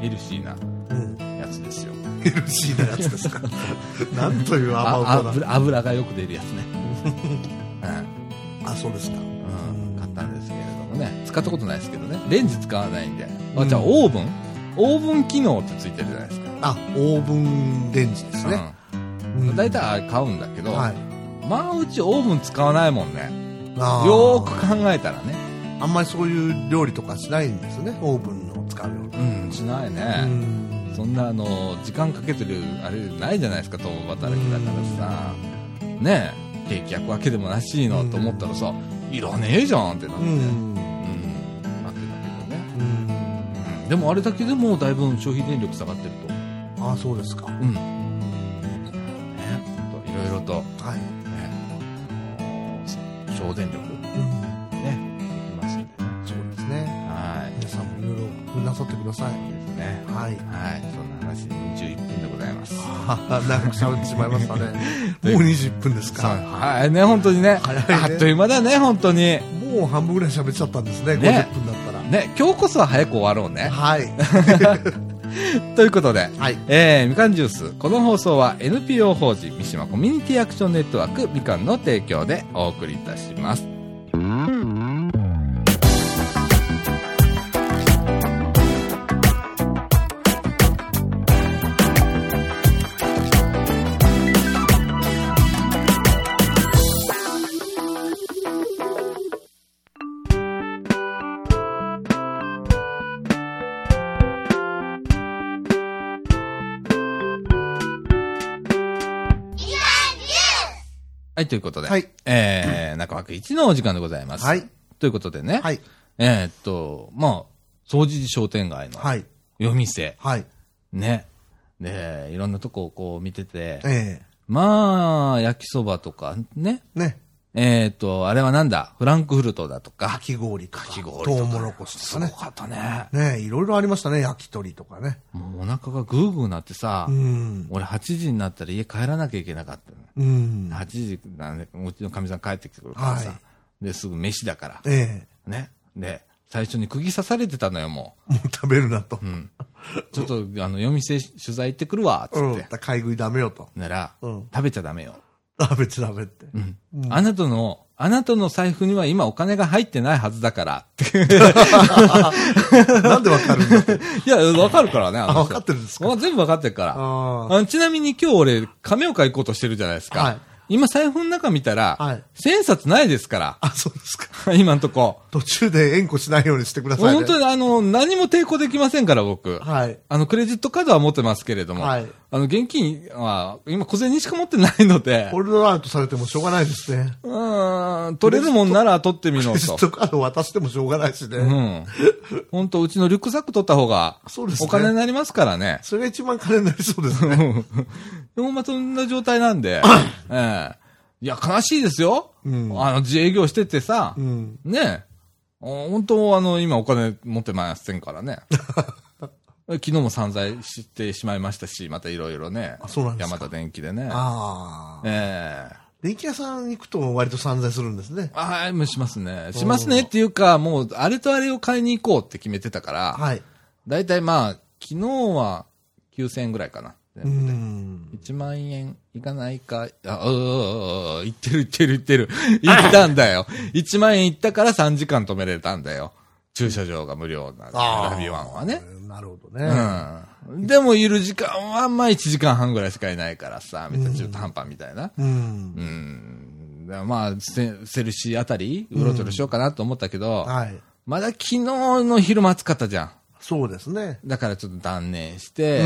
Speaker 1: ヘルシーな
Speaker 2: うん
Speaker 1: やつですよ。
Speaker 2: ヘルシーなやつで すか。なんという甘
Speaker 1: あ
Speaker 2: う
Speaker 1: 油油がよく出るや つね。
Speaker 2: だ。あ、そうですか。
Speaker 1: うん。うん。
Speaker 2: ん
Speaker 1: 買ったんですけれどもね。使ったことないですけどね。レンジ使わないんで。あ、
Speaker 2: うん
Speaker 1: じゃあオーブンオーブン機能ってついてるじゃないですか。
Speaker 2: あ、オーブンレンジですね。
Speaker 1: うん。
Speaker 2: だ
Speaker 1: 大体あれ買うんだけど、
Speaker 2: はい。
Speaker 1: まあうちオーブン使わないもんね。
Speaker 2: あー
Speaker 1: よーく考えたらね。
Speaker 2: あんまりそういう料理とかしないんですね。オーブンの使う料理。
Speaker 1: うん、しないね。
Speaker 2: うん
Speaker 1: そんなあの時間かけてるあれないじゃないですか共働きだからさねえケーキ焼くわけでもなしの
Speaker 2: うん
Speaker 1: と思ったらさいらねえじゃんってなってう
Speaker 2: う
Speaker 1: ん
Speaker 2: ん。
Speaker 1: なってたけどね
Speaker 2: うん。
Speaker 1: うんでもあれだけでもだいぶ消費電力下がってると
Speaker 2: ああ、そうですか。
Speaker 1: うんねといろいろと
Speaker 2: はい。
Speaker 1: ね省電力ねで
Speaker 2: うん
Speaker 1: きますんでね
Speaker 2: そうですね。
Speaker 1: は
Speaker 2: 皆さんもいろいろ工夫なさってください。
Speaker 1: いですね
Speaker 2: は
Speaker 1: は
Speaker 2: い。
Speaker 1: いそんな話で21分でございます
Speaker 2: あー長く喋ってしまいましたね。 もう20分です
Speaker 1: さ
Speaker 2: か。
Speaker 1: あはいね本当にね
Speaker 2: 早いね
Speaker 1: あっという間だね本当に
Speaker 2: もう半分ぐらい喋っちゃったんですね。
Speaker 1: ね
Speaker 2: 50分だったら。
Speaker 1: ね、今日こそは早く終わろうね。
Speaker 2: はい。
Speaker 1: ということで、
Speaker 2: はい。
Speaker 1: えー、みかんジュース、この放送は NPO 法人三島コミュニティアクションネットワークみかんの提供でお送りいたします。はい、ということで、
Speaker 2: はい。
Speaker 1: えー、中枠1のお時間でございます。
Speaker 2: はい。
Speaker 1: ということでね、
Speaker 2: はい。
Speaker 1: えーっと、まあ、掃除時商店街の
Speaker 2: はい。
Speaker 1: 夜店、
Speaker 2: はい。
Speaker 1: ね。で、いろんなとこをこう見てて、
Speaker 2: え
Speaker 1: まあ、焼きそばとかね、
Speaker 2: え。ね。
Speaker 1: えーっと、あれはなんだ、フランクフルトだと
Speaker 2: か
Speaker 1: か、
Speaker 2: き氷とか。
Speaker 1: かき氷と
Speaker 2: と
Speaker 1: か
Speaker 2: うもろこし
Speaker 1: す
Speaker 2: と
Speaker 1: ご
Speaker 2: かね。
Speaker 1: かったね。
Speaker 2: ねいろいろありましたね。焼き鳥とかね。
Speaker 1: もうお腹がグーグーなってさ、
Speaker 2: うん。
Speaker 1: 俺8時になったら家帰らなきゃいけなかったの。
Speaker 2: うん。
Speaker 1: 8時なんで、うちのかみさん帰ってきてくるからさ、
Speaker 2: は
Speaker 1: で、すぐ飯だから、
Speaker 2: え
Speaker 1: ね。で、最初に釘刺されてたのよ、も
Speaker 2: え。もう食べるなと。
Speaker 1: う。うん。ちょっと、あの、夜店取材行ってくるわ、つ
Speaker 2: う
Speaker 1: っ
Speaker 2: ん
Speaker 1: て。。
Speaker 2: 買い食いダメよと。
Speaker 1: なら、
Speaker 2: うん
Speaker 1: 食べちゃダメよ。
Speaker 2: あ、別にダメって。
Speaker 1: うん。
Speaker 2: うん
Speaker 1: あなたの、あなたの財布には今お金が入ってないはずだから。
Speaker 2: なんでわかるんだ って。
Speaker 1: いや、わかるからね、あの人
Speaker 2: あわかってるんですか
Speaker 1: わ全部わかってるから。あ
Speaker 2: ああ。
Speaker 1: のちなみに今日俺、亀岡行こうとしてるじゃないですか。
Speaker 2: はい
Speaker 1: 今財布の中見たら、
Speaker 2: はい
Speaker 1: 千円札ないですか
Speaker 2: あ、そうですか。
Speaker 1: ら、 今んとこ。
Speaker 2: 途中で縁故しないようにしてくださいね。
Speaker 1: 本当にあの、何も抵抗できませんから、僕。
Speaker 2: はい。
Speaker 1: あの、クレジットカードは持ってますけれども、
Speaker 2: はい
Speaker 1: あの、現金は、今小銭しか持ってないので、
Speaker 2: ホールドアウトされてもしょうがないですね。
Speaker 1: うーん、取れるもんなら取ってみろ
Speaker 2: クレジ ッ
Speaker 1: と。
Speaker 2: トカード渡してもしょうがないしね。
Speaker 1: うん。本当うちのリュックサック取った方が
Speaker 2: そうで、すね
Speaker 1: お金になりますからね。
Speaker 2: それが一番金になりそうですね。
Speaker 1: でもまあそんな状態なん で、ええいや、悲しいですよ。
Speaker 2: うん
Speaker 1: あの、自営業しててさ、
Speaker 2: うん。
Speaker 1: ねえ、お本当、あの、今お金持ってませんから ね。昨日も散財してしまいましたし、またいろいろね。
Speaker 2: あそうなんですか
Speaker 1: 山田電機でね。
Speaker 2: ああ。
Speaker 1: ええ
Speaker 2: 電気屋さん行くと割と散財するんですね。
Speaker 1: ああ、もうしますね。しますねっていうか、もう、あれとあれを買いに行こうって決めてたから、
Speaker 2: はい。
Speaker 1: だいたいまあ、昨日は9000円ぐらいかな。
Speaker 2: うん。
Speaker 1: 1万円いかないか、あ、うううういってるいってるいってる。いったんだよ。1万円いったから3時間止めれたんだよ。駐車場が無料なんで、
Speaker 2: ああ
Speaker 1: ラビワンはね。。
Speaker 2: なるほどね。
Speaker 1: うん。でもいる時間は、まあ1時間半ぐらいしかいないからさ、めっちゃ中途半端みたいな。
Speaker 2: うん
Speaker 1: う。ん。だからまあ、セセルシーあたり、うろちょろしようかなと思ったけど、
Speaker 2: はい。
Speaker 1: まだ昨日の昼間暑かったじゃん。
Speaker 2: そうですね。
Speaker 1: だからちょっと断念して、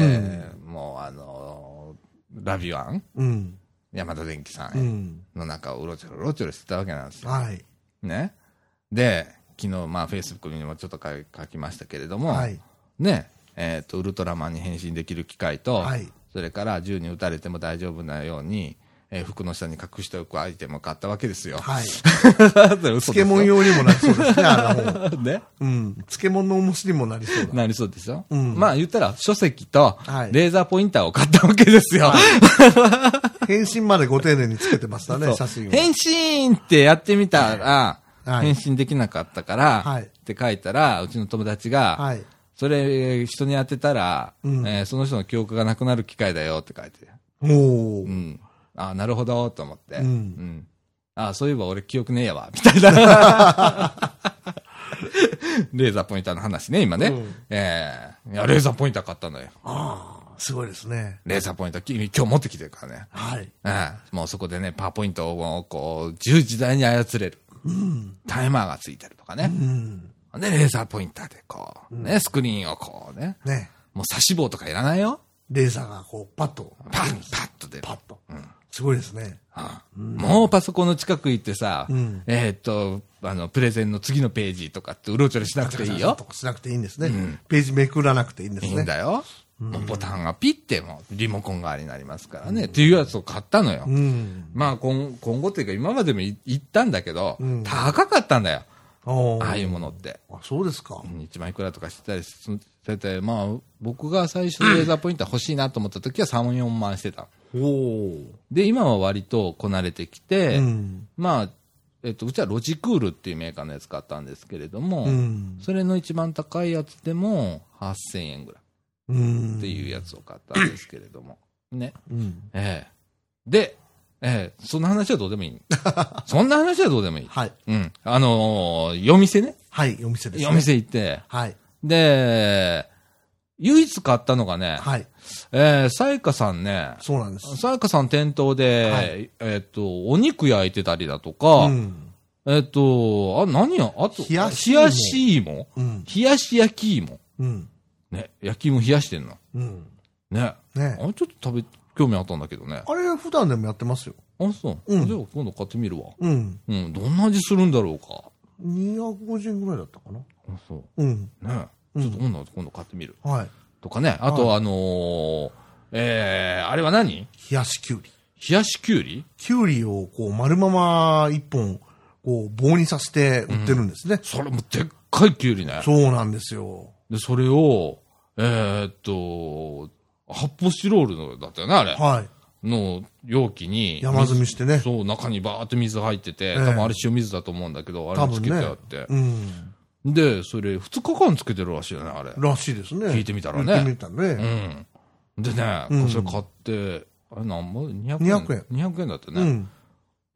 Speaker 1: もうあの、ラビワン
Speaker 2: うん。
Speaker 1: 山田電機さん
Speaker 2: う
Speaker 1: へ
Speaker 2: ん。
Speaker 1: の中をうろちょろうろちょろしてたわけなんですよ。
Speaker 2: はい。
Speaker 1: ね。で、昨日、まあ、フェイスブックにもちょっと書書きましたけれども、
Speaker 2: はい。
Speaker 1: ね、えっ、と、ウルトラマンに変身できる機械と、
Speaker 2: はい
Speaker 1: それから銃に撃たれても大丈夫なように、えー服の下に隠しておくアイテムを買ったわけですよ。
Speaker 2: はい。
Speaker 1: 漬
Speaker 2: 漬物
Speaker 1: 用
Speaker 2: 用にもなりそうですね、あの本。
Speaker 1: ね。
Speaker 2: うん。漬物の重しにもなりそうだ。
Speaker 1: なりそうでしょ、
Speaker 2: うん
Speaker 1: まあ言ったら書籍と
Speaker 2: は い
Speaker 1: レーザーポインターを買ったわけですよ。
Speaker 2: は返信までご丁寧につけてましたね、
Speaker 1: そう
Speaker 2: 写真を。
Speaker 1: 返信ってやってみたら、
Speaker 2: はい
Speaker 1: 返信できなかったから、
Speaker 2: はい
Speaker 1: って書いたら、うちの友達が、
Speaker 2: はい。
Speaker 1: それ、人に当てたら、
Speaker 2: うん
Speaker 1: えーその人の記憶がなくなる機会だよって書いて、
Speaker 2: おお、
Speaker 1: うん。あなるほど、と思って。
Speaker 2: うん
Speaker 1: んあそういえば俺記憶ねえやわ、みた いな。レーザーポインターの話ね、今ね。
Speaker 2: うん
Speaker 1: ええいや、レーザーポインター買ったのよ。
Speaker 2: ああ、すごいですね。
Speaker 1: レーザーポインター、き今日持ってきてるからね。
Speaker 2: はい。
Speaker 1: ええもうそこでね、パワーポイントをこう、自由自在に操れる。タイマーがついてるとかね
Speaker 2: う。ん。
Speaker 1: で、レーザーポインターでこう、ね、スクリーンをこうね。
Speaker 2: ね。
Speaker 1: もう差し棒とかいらないよ。
Speaker 2: レーザーがこう、パッと。
Speaker 1: パッ、パッと出る。
Speaker 2: パッと。すごいですね。
Speaker 1: もうパソコンの近く行ってさ、
Speaker 2: うん
Speaker 1: えーっと、あの、プレゼンの次のページとかってうろちょろしなくていいよ。
Speaker 2: とかしなくていいんですね。ページめくらなくていいんで
Speaker 1: い
Speaker 2: す
Speaker 1: い
Speaker 2: ね。
Speaker 1: んだよ。もうボタンがピッてもうリモコン代わりになりますからね。っていうやつを買ったのよ。
Speaker 2: うん。
Speaker 1: まあ今今後っていうか今までもい行ったんだけど、
Speaker 2: うん
Speaker 1: 高かったんだよ。
Speaker 2: おお。
Speaker 1: ああいうものって。
Speaker 2: あ、そうですか。
Speaker 1: うん1万いくらとかしてたりしてて、まあ僕が最初レーザーポインター欲しいなと思った時は3、4万してた。
Speaker 2: おお。
Speaker 1: で、今は割とこなれてきて、
Speaker 2: うん。
Speaker 1: まあ、えっと、うちはロジクールっていうメーカーのやつ買ったんですけれども、
Speaker 2: うん。
Speaker 1: それの一番高いやつでも8000円ぐらい
Speaker 2: うん。
Speaker 1: っていうやつを買ったんですけれども、ね。
Speaker 2: うん。
Speaker 1: ええで、ええそんな話はどうでもい い。そんな話はどうでもいい。
Speaker 2: はい。
Speaker 1: うん。あのー夜店ね。
Speaker 2: はい、お店です、ね。
Speaker 1: 夜。店行って。
Speaker 2: はい。
Speaker 1: で、唯一買ったのがね、
Speaker 2: はい。
Speaker 1: ええサイカさんね、
Speaker 2: そうなんです。
Speaker 1: サイカさん店頭で、
Speaker 2: はい
Speaker 1: えっと、お肉焼いてたりだとか、
Speaker 2: うん。
Speaker 1: えっと、あ、何や、あと、
Speaker 2: 冷やし
Speaker 1: 冷
Speaker 2: 芋
Speaker 1: やし芋
Speaker 2: うん。
Speaker 1: 冷やし焼き芋。
Speaker 2: うん。
Speaker 1: ね、焼き芋冷やしてんの。
Speaker 2: うん。
Speaker 1: ね。あ
Speaker 2: ね
Speaker 1: れちょっと食べ、興味あったんだけどね。
Speaker 2: あれ、普段でもやってますよ。
Speaker 1: あ、そう。
Speaker 2: うん
Speaker 1: じゃあ今度買ってみるわ。
Speaker 2: うん。
Speaker 1: うん、どんな味するんだろうか。
Speaker 2: 250円ぐらいだったかな。
Speaker 1: あ、そ
Speaker 2: うん。
Speaker 1: う。ね。
Speaker 2: うん
Speaker 1: ちょっと今度、今度買ってみる。
Speaker 2: はい。
Speaker 1: とかね。あと、あのー、えー、あれは何
Speaker 2: 冷やしきゅうり。
Speaker 1: 冷やしきゅうり
Speaker 2: きゅうりをこう丸まま一本、こう棒に刺して売ってるんですね。
Speaker 1: それもでっかいきゅうりね。
Speaker 2: そうなんですよ。
Speaker 1: で、それを、えーっと、発泡スチロールのだったよね、あれ。
Speaker 2: は
Speaker 1: の容器に。
Speaker 2: い。山積みしてね。
Speaker 1: そう、中にバーって水入ってて、
Speaker 2: ええ
Speaker 1: 多分あれ塩水だと思うんだけど、あれ
Speaker 2: 多
Speaker 1: につけ
Speaker 2: 分
Speaker 1: て
Speaker 2: ね
Speaker 1: あって。。
Speaker 2: うん。
Speaker 1: で、それ2日間つけてるらしいよね、あれ。
Speaker 2: らしいですね。
Speaker 1: 聞いてみたらね
Speaker 2: 聞いてみた
Speaker 1: う
Speaker 2: ね。
Speaker 1: ん。でね、
Speaker 2: うん
Speaker 1: それ買って、あれ何も ?200 円。
Speaker 2: 200円。
Speaker 1: 200円だって
Speaker 2: う
Speaker 1: ね。
Speaker 2: ん。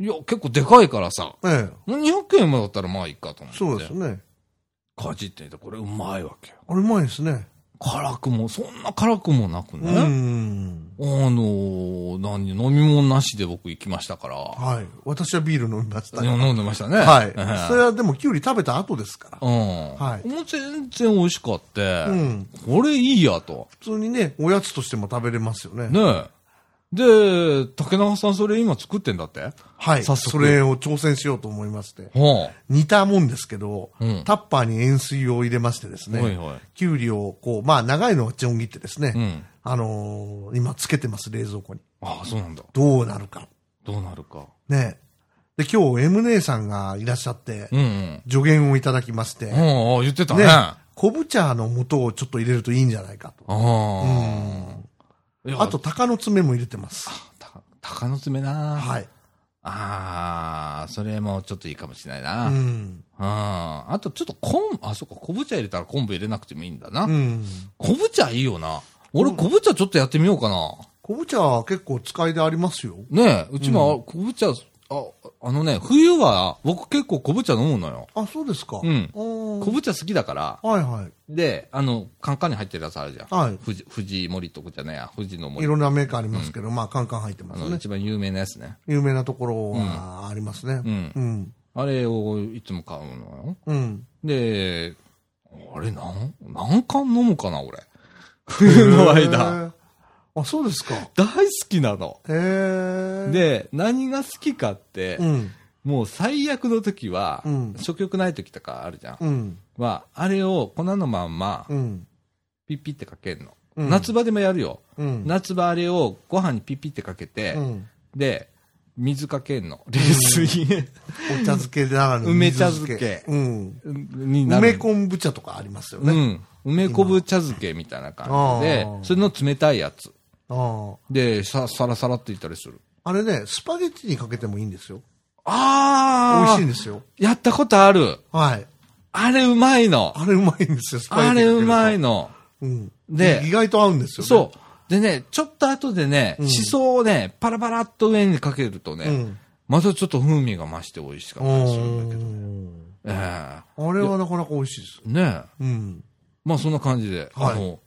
Speaker 1: いや、結構でかいからさ、
Speaker 2: ええ。
Speaker 1: もう200円もだったらまあいいかと思って。
Speaker 2: そうです。ね。
Speaker 1: かじってみて、これうまいわけよ。
Speaker 2: あれ、うまいですね。
Speaker 1: 辛くも、そんな辛くもなく
Speaker 2: う
Speaker 1: ね。
Speaker 2: ん。
Speaker 1: あのー、何、飲み物なしで僕行きましたから。
Speaker 2: はい。私はビール飲みました。はい。
Speaker 1: 飲んでましたね。
Speaker 2: それはでも、きゅうり食べた後ですから。
Speaker 1: うん。
Speaker 2: はい
Speaker 1: もう全然美味しかった。
Speaker 2: うん
Speaker 1: これいいやと。
Speaker 2: 普通にね、おやつとしても食べれますよね。
Speaker 1: ねえ。で、竹中さんそれ今作ってんだっては
Speaker 2: はい。
Speaker 1: 早速
Speaker 2: それを挑戦しようと思いまして。
Speaker 1: あ。
Speaker 2: 煮たもんですけど、
Speaker 1: うん
Speaker 2: タッパーに塩水を入れましてですね、
Speaker 1: はいはい
Speaker 2: きゅうりをこう、まあ長いのはちょん切ってですね、
Speaker 1: うん
Speaker 2: あのー今つけてます、冷蔵庫に。
Speaker 1: ああ、そうなんだ。
Speaker 2: どうなるか。
Speaker 1: どうなるか。
Speaker 2: ね。で、今日 M 姉さんがいらっしゃって、
Speaker 1: うんうん。
Speaker 2: 助言をいただきまして、
Speaker 1: うん、ああ、言ってたね。
Speaker 2: ね
Speaker 1: あ
Speaker 2: 昆布茶の素をちょっと入れるといいんじゃないかと。
Speaker 1: あ。いや
Speaker 2: あと、、鷹の爪も入れてます。
Speaker 1: た鷹の爪な。
Speaker 2: はい。
Speaker 1: ああ、それもちょっといいかもしれないな。
Speaker 2: う
Speaker 1: うん。
Speaker 2: ん。
Speaker 1: あと、ちょっと昆布、あ、そっか、昆布茶入れたら昆布入れなくてもいいんだな。
Speaker 2: うん。
Speaker 1: 昆布茶いいよな。俺、昆布茶ちょっとやってみようかな。
Speaker 2: 昆布茶は結構使いでありますよ。
Speaker 1: ねえ、うちも、あ昆布茶、あ、あのね、冬は、僕結構昆布茶飲むのよ。
Speaker 2: あ、そうですか。
Speaker 1: うん
Speaker 2: あー
Speaker 1: 昆布茶好きだから、
Speaker 2: はいはい。
Speaker 1: で、あの、カンカンに入ってるやつあるじゃん。
Speaker 2: はい
Speaker 1: 富士、富士森とかじゃねえや、富士の
Speaker 2: い
Speaker 1: 森。
Speaker 2: ろんなメーカーありますけど、まあ、カンカン入ってま
Speaker 1: あ
Speaker 2: す
Speaker 1: の、
Speaker 2: ね。
Speaker 1: 一番有名なやつね。
Speaker 2: 有名なところはありますね。
Speaker 1: うん
Speaker 2: うん。
Speaker 1: あれをいつも買うのよ。
Speaker 2: うん。
Speaker 1: で、あれ、なん、何缶飲むかな、俺。冬 の間。
Speaker 2: へー。あ、そうですか。へ
Speaker 1: 大好きなの。
Speaker 2: え。、
Speaker 1: で、何が好きかって、
Speaker 2: うん。
Speaker 1: もう最悪の時は、
Speaker 2: うん
Speaker 1: 食欲ない時とかあるじゃん。
Speaker 2: うん。
Speaker 1: は、あれを粉のまんま、
Speaker 2: うん。
Speaker 1: ピッピってかけんの。
Speaker 2: うん
Speaker 1: 夏場でもやるよ。
Speaker 2: うん。
Speaker 1: 夏場あれをご飯にピッピってかけて、
Speaker 2: うん。
Speaker 1: で、水かけんの。冷水
Speaker 2: お茶漬けならぬ
Speaker 1: 梅
Speaker 2: 水
Speaker 1: 茶漬け
Speaker 2: うん。
Speaker 1: になる。
Speaker 2: 梅昆布茶とかありますよ
Speaker 1: う
Speaker 2: ね。
Speaker 1: ん。梅昆布茶漬けみたいな感じで
Speaker 2: あ、ー
Speaker 1: それの冷たいやつ。
Speaker 2: あ
Speaker 1: で、さ、さらさらっていったりする。
Speaker 2: あれね、スパゲッティにかけてもいいんですよ。美味
Speaker 1: あ
Speaker 2: しいん
Speaker 1: あ
Speaker 2: ですよ。
Speaker 1: やったことある。
Speaker 2: はい。
Speaker 1: あれうまいの。
Speaker 2: あれうまいんですよ、スパゲ
Speaker 1: あ
Speaker 2: ッテ
Speaker 1: れ
Speaker 2: ィ
Speaker 1: うまい
Speaker 2: の。
Speaker 1: の。
Speaker 2: うん。
Speaker 1: で
Speaker 2: 意外と合うんですよ、ね。
Speaker 1: そう。でね、ちょっと後でね、
Speaker 2: うん
Speaker 1: しそをね、パラパラっと上にかけるとね、
Speaker 2: うん。
Speaker 1: またちょっと風味が増して美味しかったりするんだけど。
Speaker 2: うん
Speaker 1: え
Speaker 2: あれはなかなか美味しいです。
Speaker 1: えねえ。
Speaker 2: うん。
Speaker 1: まあそんな感じで、
Speaker 2: はい
Speaker 1: あの、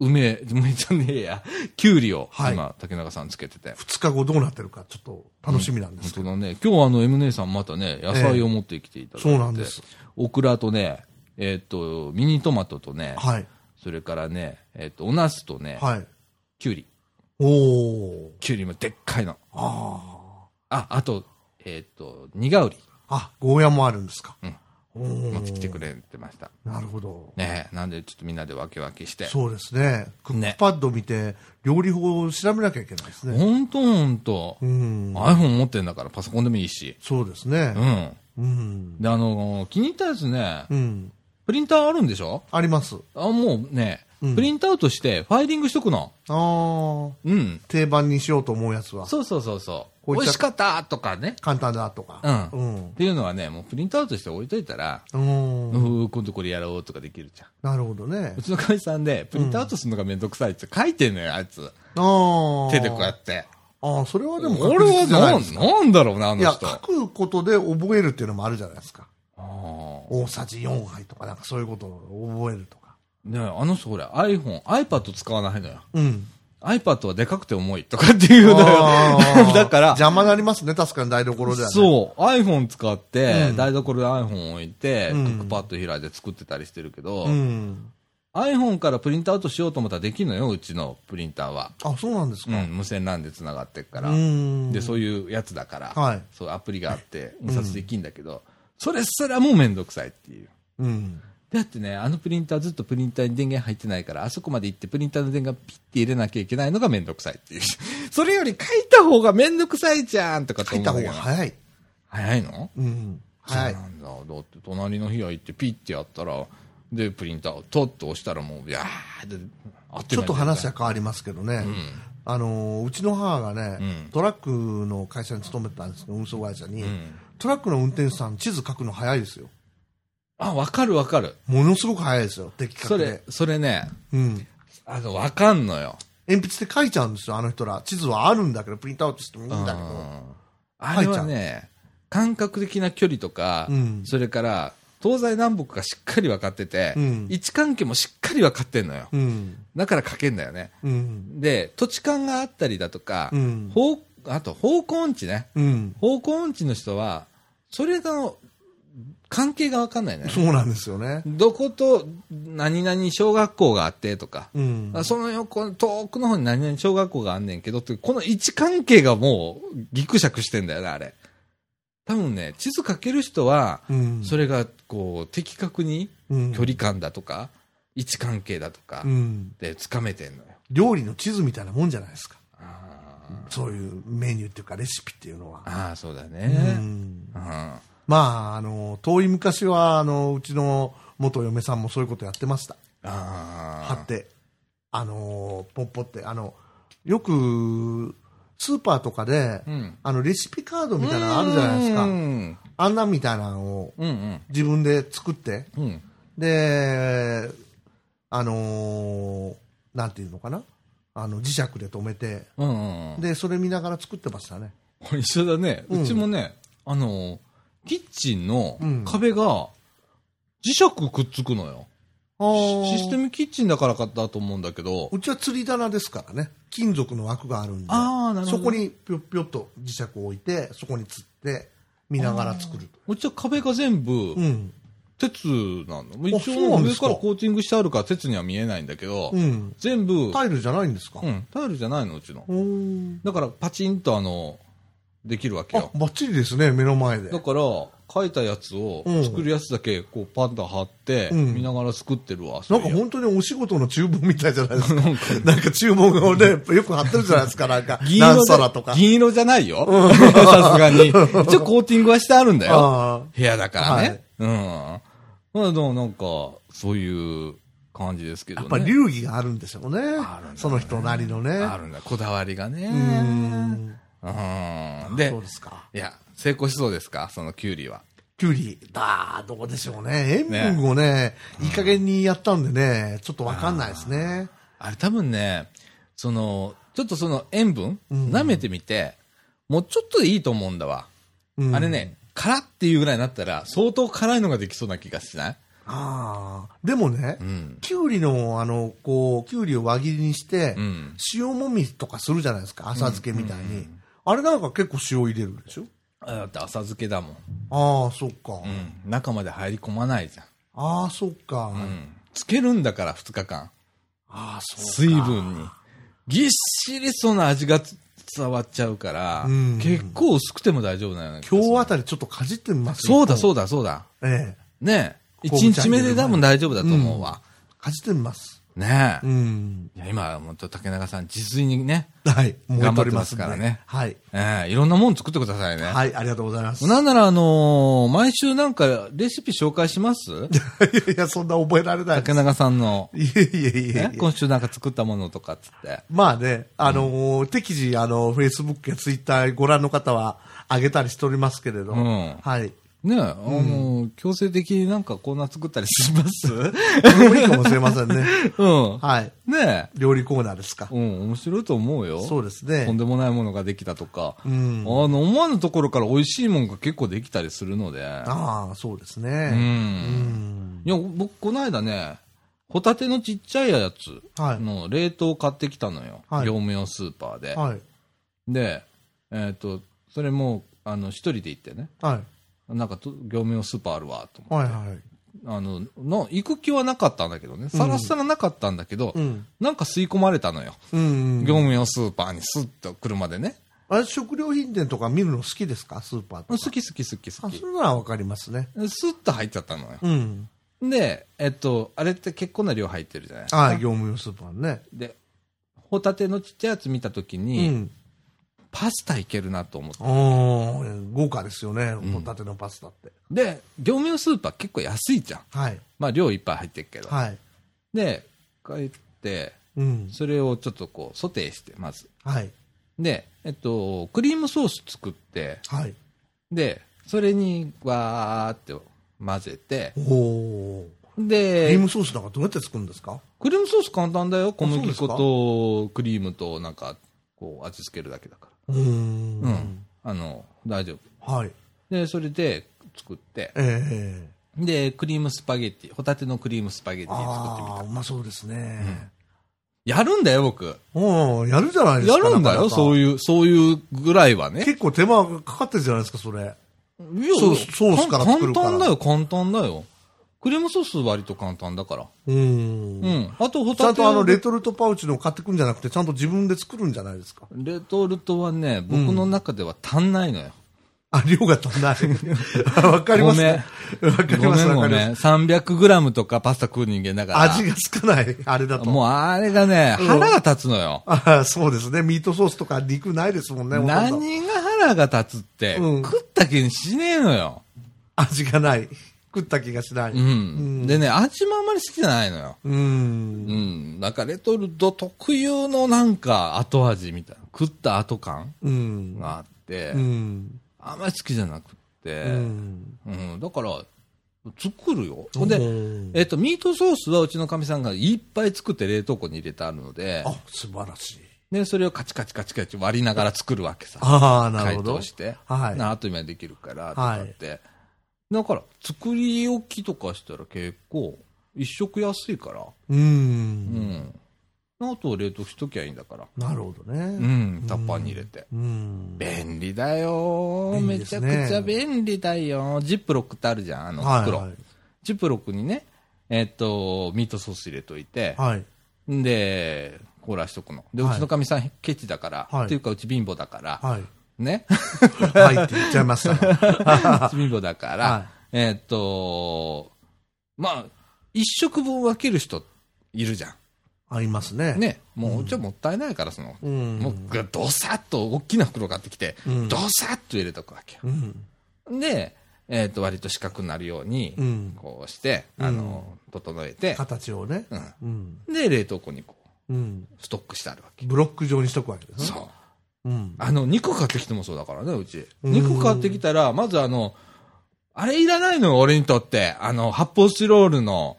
Speaker 1: 梅、梅じゃねえや、きゅうりを、
Speaker 2: はい
Speaker 1: 今、竹中さんつけてて。
Speaker 2: 二日後どうなってるか、ちょっと楽しみなんですけ
Speaker 1: 本
Speaker 2: ど。
Speaker 1: 当だね。今日はあの、M 姉さんまたね、野菜を持ってきていただいて。
Speaker 2: そうなんです。。
Speaker 1: オクラとね、えっ、と、ミニトマトとね、
Speaker 2: はい。
Speaker 1: それからね、えっ、と、お茄子とね、
Speaker 2: はい。
Speaker 1: きゅうり。
Speaker 2: おー。
Speaker 1: きゅうりもでっかいの。
Speaker 2: あ
Speaker 1: あ、あと、えっ、と、にがうり
Speaker 2: あ。あ、ゴーヤもあるんですか。
Speaker 1: うん
Speaker 2: うん。
Speaker 1: 持ってきてくれてました。
Speaker 2: なるほど。
Speaker 1: ねえ、なんでちょっとみんなで分け分けして。
Speaker 2: そうですね。クックパッド見て、料理法を調べなきゃいけないですね。
Speaker 1: ほんとほんと。
Speaker 2: うん。
Speaker 1: iPhone 持ってんだからパソコンでもいいし。
Speaker 2: そうですね
Speaker 1: う。ん。
Speaker 2: うん。
Speaker 1: で、あのー気に入ったやつね、
Speaker 2: うん。
Speaker 1: プリンターあるんでしょ
Speaker 2: あります。
Speaker 1: あ、もうね、
Speaker 2: うん
Speaker 1: プリントアウトしてファイリングしとくの。
Speaker 2: ああ。
Speaker 1: うん。
Speaker 2: 定番にしようと思うやつは、
Speaker 1: そうそうそうそう。
Speaker 2: こういった
Speaker 1: 美味しかったとかね。
Speaker 2: 簡単だとか。
Speaker 1: うん。っていうのはね、もうプリントアウトして置いといたら、
Speaker 2: うん。
Speaker 1: う
Speaker 2: うん。
Speaker 1: ん、今度これやろうとかできるじゃん。
Speaker 2: なるほ どね
Speaker 1: う。ちの会社さんで、プリントアウトするのがめんどくさいって書いてんのよ、あいつ。
Speaker 2: ああ。
Speaker 1: 手でこうやって。
Speaker 2: ああ、それはで
Speaker 1: で
Speaker 2: も
Speaker 1: も、
Speaker 2: 確
Speaker 1: 俺は
Speaker 2: 実じゃない
Speaker 1: な
Speaker 2: で
Speaker 1: ん、
Speaker 2: すか。
Speaker 1: なんだろうな、あ
Speaker 2: いや
Speaker 1: の、人。
Speaker 2: 書
Speaker 1: あ
Speaker 2: くことで覚えるっていうのもあるじゃないですか。
Speaker 1: あ
Speaker 2: 大さじ4杯とか、なんかそういうことを覚えるとか。
Speaker 1: ねえあの人ほら、iPhone、iPad 使わないのよ。
Speaker 2: うん。
Speaker 1: iPad はでかくて重いとかっていうのよ。 だから、
Speaker 2: 邪魔になりますね、確かに台所ではね。う。
Speaker 1: そう、iPhone 使って、
Speaker 2: うん
Speaker 1: 台所で iPhone 置いて、
Speaker 2: うん
Speaker 1: クックパッド開いて作ってたりしてるけど、
Speaker 2: うん。
Speaker 1: iPhone からプリントアウトしようと思ったらできるのよ、うちのプリンターは。
Speaker 2: あ、そうなんです
Speaker 1: う
Speaker 2: か。
Speaker 1: ん、無線 LAN で繋がってっから。
Speaker 2: ん
Speaker 1: で、そういうやつだから、
Speaker 2: はい
Speaker 1: そういうアプリがあって、印刷できんだけど、それすらもうめんどくさいっていう。
Speaker 2: うん。
Speaker 1: だってね、あのプリンターずっとプリンターに電源入ってないから、あそこまで行ってプリンターの電源ピッて入れなきゃいけないのがめんどくさいっていう。 それより書いた方がめんどくさいじゃんとかと
Speaker 2: 書い
Speaker 1: 思
Speaker 2: た
Speaker 1: う
Speaker 2: 方
Speaker 1: け
Speaker 2: が
Speaker 1: ど
Speaker 2: 早い。
Speaker 1: 早いの
Speaker 2: うん。は
Speaker 1: はいい。。なんだ。だって隣の部屋行ってピッてやったら、で、プリンターをとっと押したらもう、ビャーって、あっという間
Speaker 2: ちょ
Speaker 1: に
Speaker 2: っと話は変わりますけどね、あのうちの母がね、
Speaker 1: うん
Speaker 2: トラックの会社に勤めてたんですけど、運送会社に、
Speaker 1: うん
Speaker 2: トラックの運転手さん、地図書くの早いですよ、
Speaker 1: あ、わかるわかる。
Speaker 2: ものすごく早いですよ、的
Speaker 1: そ
Speaker 2: 確
Speaker 1: れ
Speaker 2: で、、
Speaker 1: それね、
Speaker 2: うん、
Speaker 1: あの、わかんのよ。
Speaker 2: 鉛筆で書いちゃうんですよ、あの人ら、地図はあるんだけど、プリントアウトしてもいいんだけ
Speaker 1: う
Speaker 2: ど、
Speaker 1: んあれはね、感覚的な距離とか、
Speaker 2: うん
Speaker 1: それから、東西南北がしっかり分かってて、
Speaker 2: うん
Speaker 1: 位置関係もしっかり分かってんのよ。
Speaker 2: うん、
Speaker 1: だから書けんだよね。
Speaker 2: うん、
Speaker 1: で、土地勘があったりだとか、
Speaker 2: うん
Speaker 1: 方あと方向音痴ね。
Speaker 2: うん、
Speaker 1: 方向音痴の人は、それの関係が分かんない ね。
Speaker 2: そうなんですよね、
Speaker 1: どこと何々小学校があってとか、
Speaker 2: うん、
Speaker 1: あその横、遠くの方に何々小学校があんねんけどって、この位置関係がもうギクシャクしてんだよね、あれ。多分ね、地図書ける人は、
Speaker 2: うん、
Speaker 1: それがこう、的確に
Speaker 2: うん
Speaker 1: 距離感だとか、位置関係だとか
Speaker 2: う、ん、
Speaker 1: で、つかめてんのよ。
Speaker 2: 料理の地図みたいなもんじゃないですか、
Speaker 1: あ
Speaker 2: そういうメニューっていうか、レシピっていうのは
Speaker 1: ー。あー、そうだ
Speaker 2: う
Speaker 1: ね。
Speaker 2: ん
Speaker 1: うん。
Speaker 2: まあ、あの、遠い昔は、あの、うちの元嫁さんもそういうことやってました。貼
Speaker 1: あ
Speaker 2: って。あの、ポッポって、あの、よく、スーパーとかで、
Speaker 1: ーうん。
Speaker 2: あの、レシピカードみたいなのあるじゃないです
Speaker 1: う
Speaker 2: か。
Speaker 1: ん
Speaker 2: あんなみたいなのを
Speaker 1: うん。
Speaker 2: 自分で作って、
Speaker 1: うん。
Speaker 2: で、あの、なんていうのかな。あの、磁石で止めて、
Speaker 1: うんうんうん。
Speaker 2: で、それ見ながら作ってましたね。
Speaker 1: これ一緒だね。
Speaker 2: うん
Speaker 1: うちもね、あのー、キッチンの
Speaker 2: うん
Speaker 1: 壁が磁石くっつくのよ。システムキッチンだからかだと思うんだけど、
Speaker 2: うちは釣り棚ですからね。金属の枠があるんで。
Speaker 1: あーなるほど
Speaker 2: そこにぴょっぴょっと磁石を置いて、そこに釣って、見ながら作ると。
Speaker 1: うちは壁が全部
Speaker 2: うん。
Speaker 1: 鉄なの。
Speaker 2: あ
Speaker 1: 一
Speaker 2: そうな
Speaker 1: 応
Speaker 2: んで
Speaker 1: 上
Speaker 2: すか
Speaker 1: からコーティングしてあるから鉄には見えないんだけど、
Speaker 2: うん。
Speaker 1: 全部、
Speaker 2: タイルじゃないんですか、
Speaker 1: うん、タイルじゃないの、うちの。
Speaker 2: おー
Speaker 1: だからパチンとあの、できるわけ
Speaker 2: あ
Speaker 1: よ、。
Speaker 2: バッチリですね、目の前で
Speaker 1: だ。から、書いたやつを
Speaker 2: うん、
Speaker 1: 作るやつだけ、こう、パンダ貼って、
Speaker 2: うん
Speaker 1: 見ながら作ってるわ。そ
Speaker 2: な
Speaker 1: うんい
Speaker 2: か
Speaker 1: や
Speaker 2: 本当にお仕事の厨房みたいじゃないですか。 なんか厨房がね、よく貼ってるじゃないですか、なんか。
Speaker 1: 銀
Speaker 2: 何
Speaker 1: 色じゃ
Speaker 2: 皿とか。
Speaker 1: 銀色じゃないよ。さすがに。一 応コーティングはしてあるんだよ。
Speaker 2: あ
Speaker 1: 部屋だからね。うん。まあでもなんか、そういう感じですけ
Speaker 2: あ。
Speaker 1: ど
Speaker 2: や
Speaker 1: ね。
Speaker 2: っぱ流儀があるんでしょうね。
Speaker 1: あるんだね
Speaker 2: その人なりのね。
Speaker 1: あるんだ。こだわりがね。
Speaker 2: うーん
Speaker 1: うん。で
Speaker 2: どう、ですか
Speaker 1: いや、成功しそうですかそのキュウリは。
Speaker 2: キュウリ、だーどうでしょうね。塩分をね、いい加減にやったんでね、ちょっとわかんないですね。
Speaker 1: あれ多分ね、その、ちょっとその塩分、
Speaker 2: ん
Speaker 1: 舐めてみて、もうちょっとでいいと思うんだわ。
Speaker 2: うん
Speaker 1: あれ。ね、辛っていうぐらいになったら、相当辛いのができそうな気がしない
Speaker 2: ああ。でもね、
Speaker 1: うん。
Speaker 2: キュウリの、あの、こう、キュウリを輪切りにして、
Speaker 1: うん。
Speaker 2: 塩もみとかするじゃないですか、浅漬けみたいに。あれなんか結構塩入れるでしょ
Speaker 1: あだって浅漬けだもん。
Speaker 2: ああ、そっか。
Speaker 1: うん。中まで入り込まないじゃん。
Speaker 2: ああ、そっか。
Speaker 1: うん。つけるんだから、2日間。
Speaker 2: ああ、そうか。
Speaker 1: 水分に。ぎっしりその味が伝わっちゃうから、
Speaker 2: うん
Speaker 1: 結構薄くても大丈夫なよね。
Speaker 2: 今日あたりちょっとかじってみます
Speaker 1: そうだそう
Speaker 2: う
Speaker 1: だそうだ。
Speaker 2: だ。ええ。
Speaker 1: ねえ。
Speaker 2: ここ
Speaker 1: 一日目で多分大丈夫だと思うわ。
Speaker 2: かじってみます。
Speaker 1: ねえ。
Speaker 2: うん。
Speaker 1: いや今、本当竹中さん、自炊にね、
Speaker 2: はい。燃えておりんで
Speaker 1: 頑張ってますからね
Speaker 2: はい。
Speaker 1: ええいろんなもん作ってくださいね。
Speaker 2: はい、ありがとうございます。い
Speaker 1: なんなら、あのー毎週なんかレシピ紹介します
Speaker 2: やいや、そんな覚えられない
Speaker 1: 竹。中さんの。
Speaker 2: いえいえいえい
Speaker 1: ね
Speaker 2: え。
Speaker 1: 今週なんか作ったものとかっつって。
Speaker 2: まあね、あのー適時、あの、Facebook や Twitter ご覧の方は、上げたりしておりますけれど、
Speaker 1: うん
Speaker 2: はい。
Speaker 1: ねえ、あのー強制的になんかコーナー作ったりします
Speaker 2: これもいいかもしれません ね。
Speaker 1: うん。
Speaker 2: はい。
Speaker 1: ねえ。
Speaker 2: 料理コーナーですか。
Speaker 1: うん、面白いと思うよ。
Speaker 2: そうで
Speaker 1: と
Speaker 2: す
Speaker 1: ん
Speaker 2: ね。
Speaker 1: でもないものができたとか、
Speaker 2: うん
Speaker 1: あの思わぬところから美味しいものが結構できたりするので、
Speaker 2: ああ、そうです
Speaker 1: う、
Speaker 2: ね。うんん。
Speaker 1: いや僕この間ねホタテのちっちゃいやつ
Speaker 2: はい。
Speaker 1: の冷凍を買ってきたのよ、
Speaker 2: はい
Speaker 1: 業務用スーパーで、
Speaker 2: はい。
Speaker 1: でえっ、とそれもあの一人で行ってね
Speaker 2: はい。
Speaker 1: なんかと業務用スーパーあるわと思
Speaker 2: はい。
Speaker 1: って、
Speaker 2: はい。
Speaker 1: あのの行く気はなかったんだけどねさらさらなかったんだけど、
Speaker 2: うん。
Speaker 1: なんか吸い込まれたのよ、
Speaker 2: うん。
Speaker 1: 業務用スーパーにスッと車でね
Speaker 2: あれ、食料品店とか見るの好きですかスーパーと
Speaker 1: 好
Speaker 2: か。
Speaker 1: き好き好き好
Speaker 2: あ、
Speaker 1: き
Speaker 2: それならわかりますね。
Speaker 1: スッと入っちゃったのよ。
Speaker 2: うん。
Speaker 1: で、えっと、あれって結構な量入ってるじゃないですか。
Speaker 2: ああ、業務用スーパーね。
Speaker 1: で、ホタテのちっちゃいやつ見たとき
Speaker 2: う
Speaker 1: に、
Speaker 2: ん。
Speaker 1: パスタいけるなと思って。
Speaker 2: おー、豪華ですよね。ホタテのパスタって。
Speaker 1: で、業務用スーパー結構安いじゃん。
Speaker 2: はい。
Speaker 1: まあ量いっぱい入ってるけど。
Speaker 2: はい。
Speaker 1: で、帰って、
Speaker 2: うん。
Speaker 1: それをちょっとこう、ソテーして、まず。
Speaker 2: はい。
Speaker 1: で、えっと、クリームソース作って、
Speaker 2: はい。
Speaker 1: で、それにわーって混ぜて、
Speaker 2: おー。クリ
Speaker 1: で
Speaker 2: ー、ムソースなんかどうやって作るんですか
Speaker 1: クリームソース簡単だよ。小
Speaker 2: そうで
Speaker 1: 麦
Speaker 2: すか
Speaker 1: 粉とクリームとなんか、こう味付けるだけだから。
Speaker 2: うーん
Speaker 1: うん。あの、大丈夫。
Speaker 2: はい。
Speaker 1: で、それで作って、
Speaker 2: ええ
Speaker 1: で、クリームスパゲッティ、ホタテのクリームスパゲッティ作ってみ
Speaker 2: ああ、うまそうですね。
Speaker 1: た。やるんだよ、僕。
Speaker 2: うん、やるじゃないです
Speaker 1: や
Speaker 2: か。
Speaker 1: るんだよ、そう
Speaker 2: いう。
Speaker 1: いう、そういうぐらいはね。
Speaker 2: 結構手間がかかってるじゃないですか、それ。
Speaker 1: いや
Speaker 2: ソースソースから
Speaker 1: かん
Speaker 2: 作るから
Speaker 1: 簡単だよ、簡単だよ。クリームソース割と簡単だから。
Speaker 2: う。
Speaker 1: うんん。あと、ホ
Speaker 2: ちゃ
Speaker 1: タ
Speaker 2: ん
Speaker 1: テ
Speaker 2: とあの、
Speaker 1: の
Speaker 2: レ
Speaker 1: レ
Speaker 2: トルトパウチの買ってくんじゃなくて、ちゃんと自分で作るんじゃないですか。
Speaker 1: レトルトはね、僕の中では足んないのよ。
Speaker 2: あ、量が足 んない。わかりますね。わか
Speaker 1: ご
Speaker 2: り
Speaker 1: めん
Speaker 2: ます、わ
Speaker 1: ご
Speaker 2: かり
Speaker 1: め
Speaker 2: ま
Speaker 1: ん。
Speaker 2: す。
Speaker 1: 300g とかパスタ食う人間だから。
Speaker 2: 味が少ない、あれだと。
Speaker 1: もうあれがね、
Speaker 2: うん
Speaker 1: 腹が立つのよ。
Speaker 2: あそうですね。ミートソースとか肉ないですもんね、ほとんど
Speaker 1: 何が腹が立つって、
Speaker 2: うん
Speaker 1: 食った気にしねえのよ。
Speaker 2: 味がない。食った気がしない。
Speaker 1: うん。でね、味もあんまり好きじゃないのよ。
Speaker 2: うーん
Speaker 1: う。ん。なんかレトルト特有のなんか後味みたいな。食った後感
Speaker 2: うん。
Speaker 1: があって、
Speaker 2: うん。
Speaker 1: あんまり好きじゃなくって。
Speaker 2: う
Speaker 1: うん。
Speaker 2: ん。
Speaker 1: だから、作るよ。ほんで、
Speaker 2: うん
Speaker 1: えっと、ミートソースはうちのかみさんがいっぱい作って冷凍庫に入れてあるので、
Speaker 2: あ、素晴らしい。
Speaker 1: で、それをカチカチカチカチ割りながら作るわけさ。
Speaker 2: ああ、なる
Speaker 1: 解
Speaker 2: ほど
Speaker 1: 凍。して、
Speaker 2: はい
Speaker 1: なあと今できるからとかって、だから作り置きとかしたら結構一食安いから
Speaker 2: うー
Speaker 1: うん
Speaker 2: ん。
Speaker 1: あと冷凍しときゃいいんだから
Speaker 2: なるほど
Speaker 1: う
Speaker 2: ね。
Speaker 1: んタッパーに入れて、
Speaker 2: うん。
Speaker 1: 便利だよー
Speaker 2: 便利
Speaker 1: め
Speaker 2: で
Speaker 1: ち
Speaker 2: す
Speaker 1: ゃ
Speaker 2: ね
Speaker 1: くちゃ便利だよージップロックってあるじゃんあの
Speaker 2: はい
Speaker 1: 袋、
Speaker 2: はい
Speaker 1: ジップロックにねえっとミートソース入れといて、
Speaker 2: はい。
Speaker 1: んで凍らしとくのでう
Speaker 2: はい
Speaker 1: ちのかみさんケチだから、
Speaker 2: はい
Speaker 1: っていうかうち貧乏だから、
Speaker 2: はい。
Speaker 1: ね
Speaker 2: はいって言っちゃいました ね。
Speaker 1: 罪棒だから、
Speaker 2: はい
Speaker 1: えーっと、まあ、一食分分ける人いるじゃ
Speaker 2: ありますね。
Speaker 1: ん。。ね。もう、じゃもったいないから、その、
Speaker 2: うん。
Speaker 1: もう、ぐどさっと大きな袋買ってきて、
Speaker 2: うん
Speaker 1: どさっと入れとくわけよ。
Speaker 2: うん。
Speaker 1: で、えーっと、割と四角になるように、
Speaker 2: うん。
Speaker 1: こうして、あの、整えて、
Speaker 2: 形をね。
Speaker 1: う
Speaker 2: うん。
Speaker 1: ん。で、冷凍庫にこう、
Speaker 2: うん。
Speaker 1: ストックしてあるわけ。
Speaker 2: ブロック状にしとくわけですね。
Speaker 1: そう。
Speaker 2: うん。
Speaker 1: あの、肉買ってきてもそうだからね、うち。
Speaker 2: うん
Speaker 1: 肉買ってきたら、まずあの、あれいらないのよ、俺にとって。あの、発泡スチロールの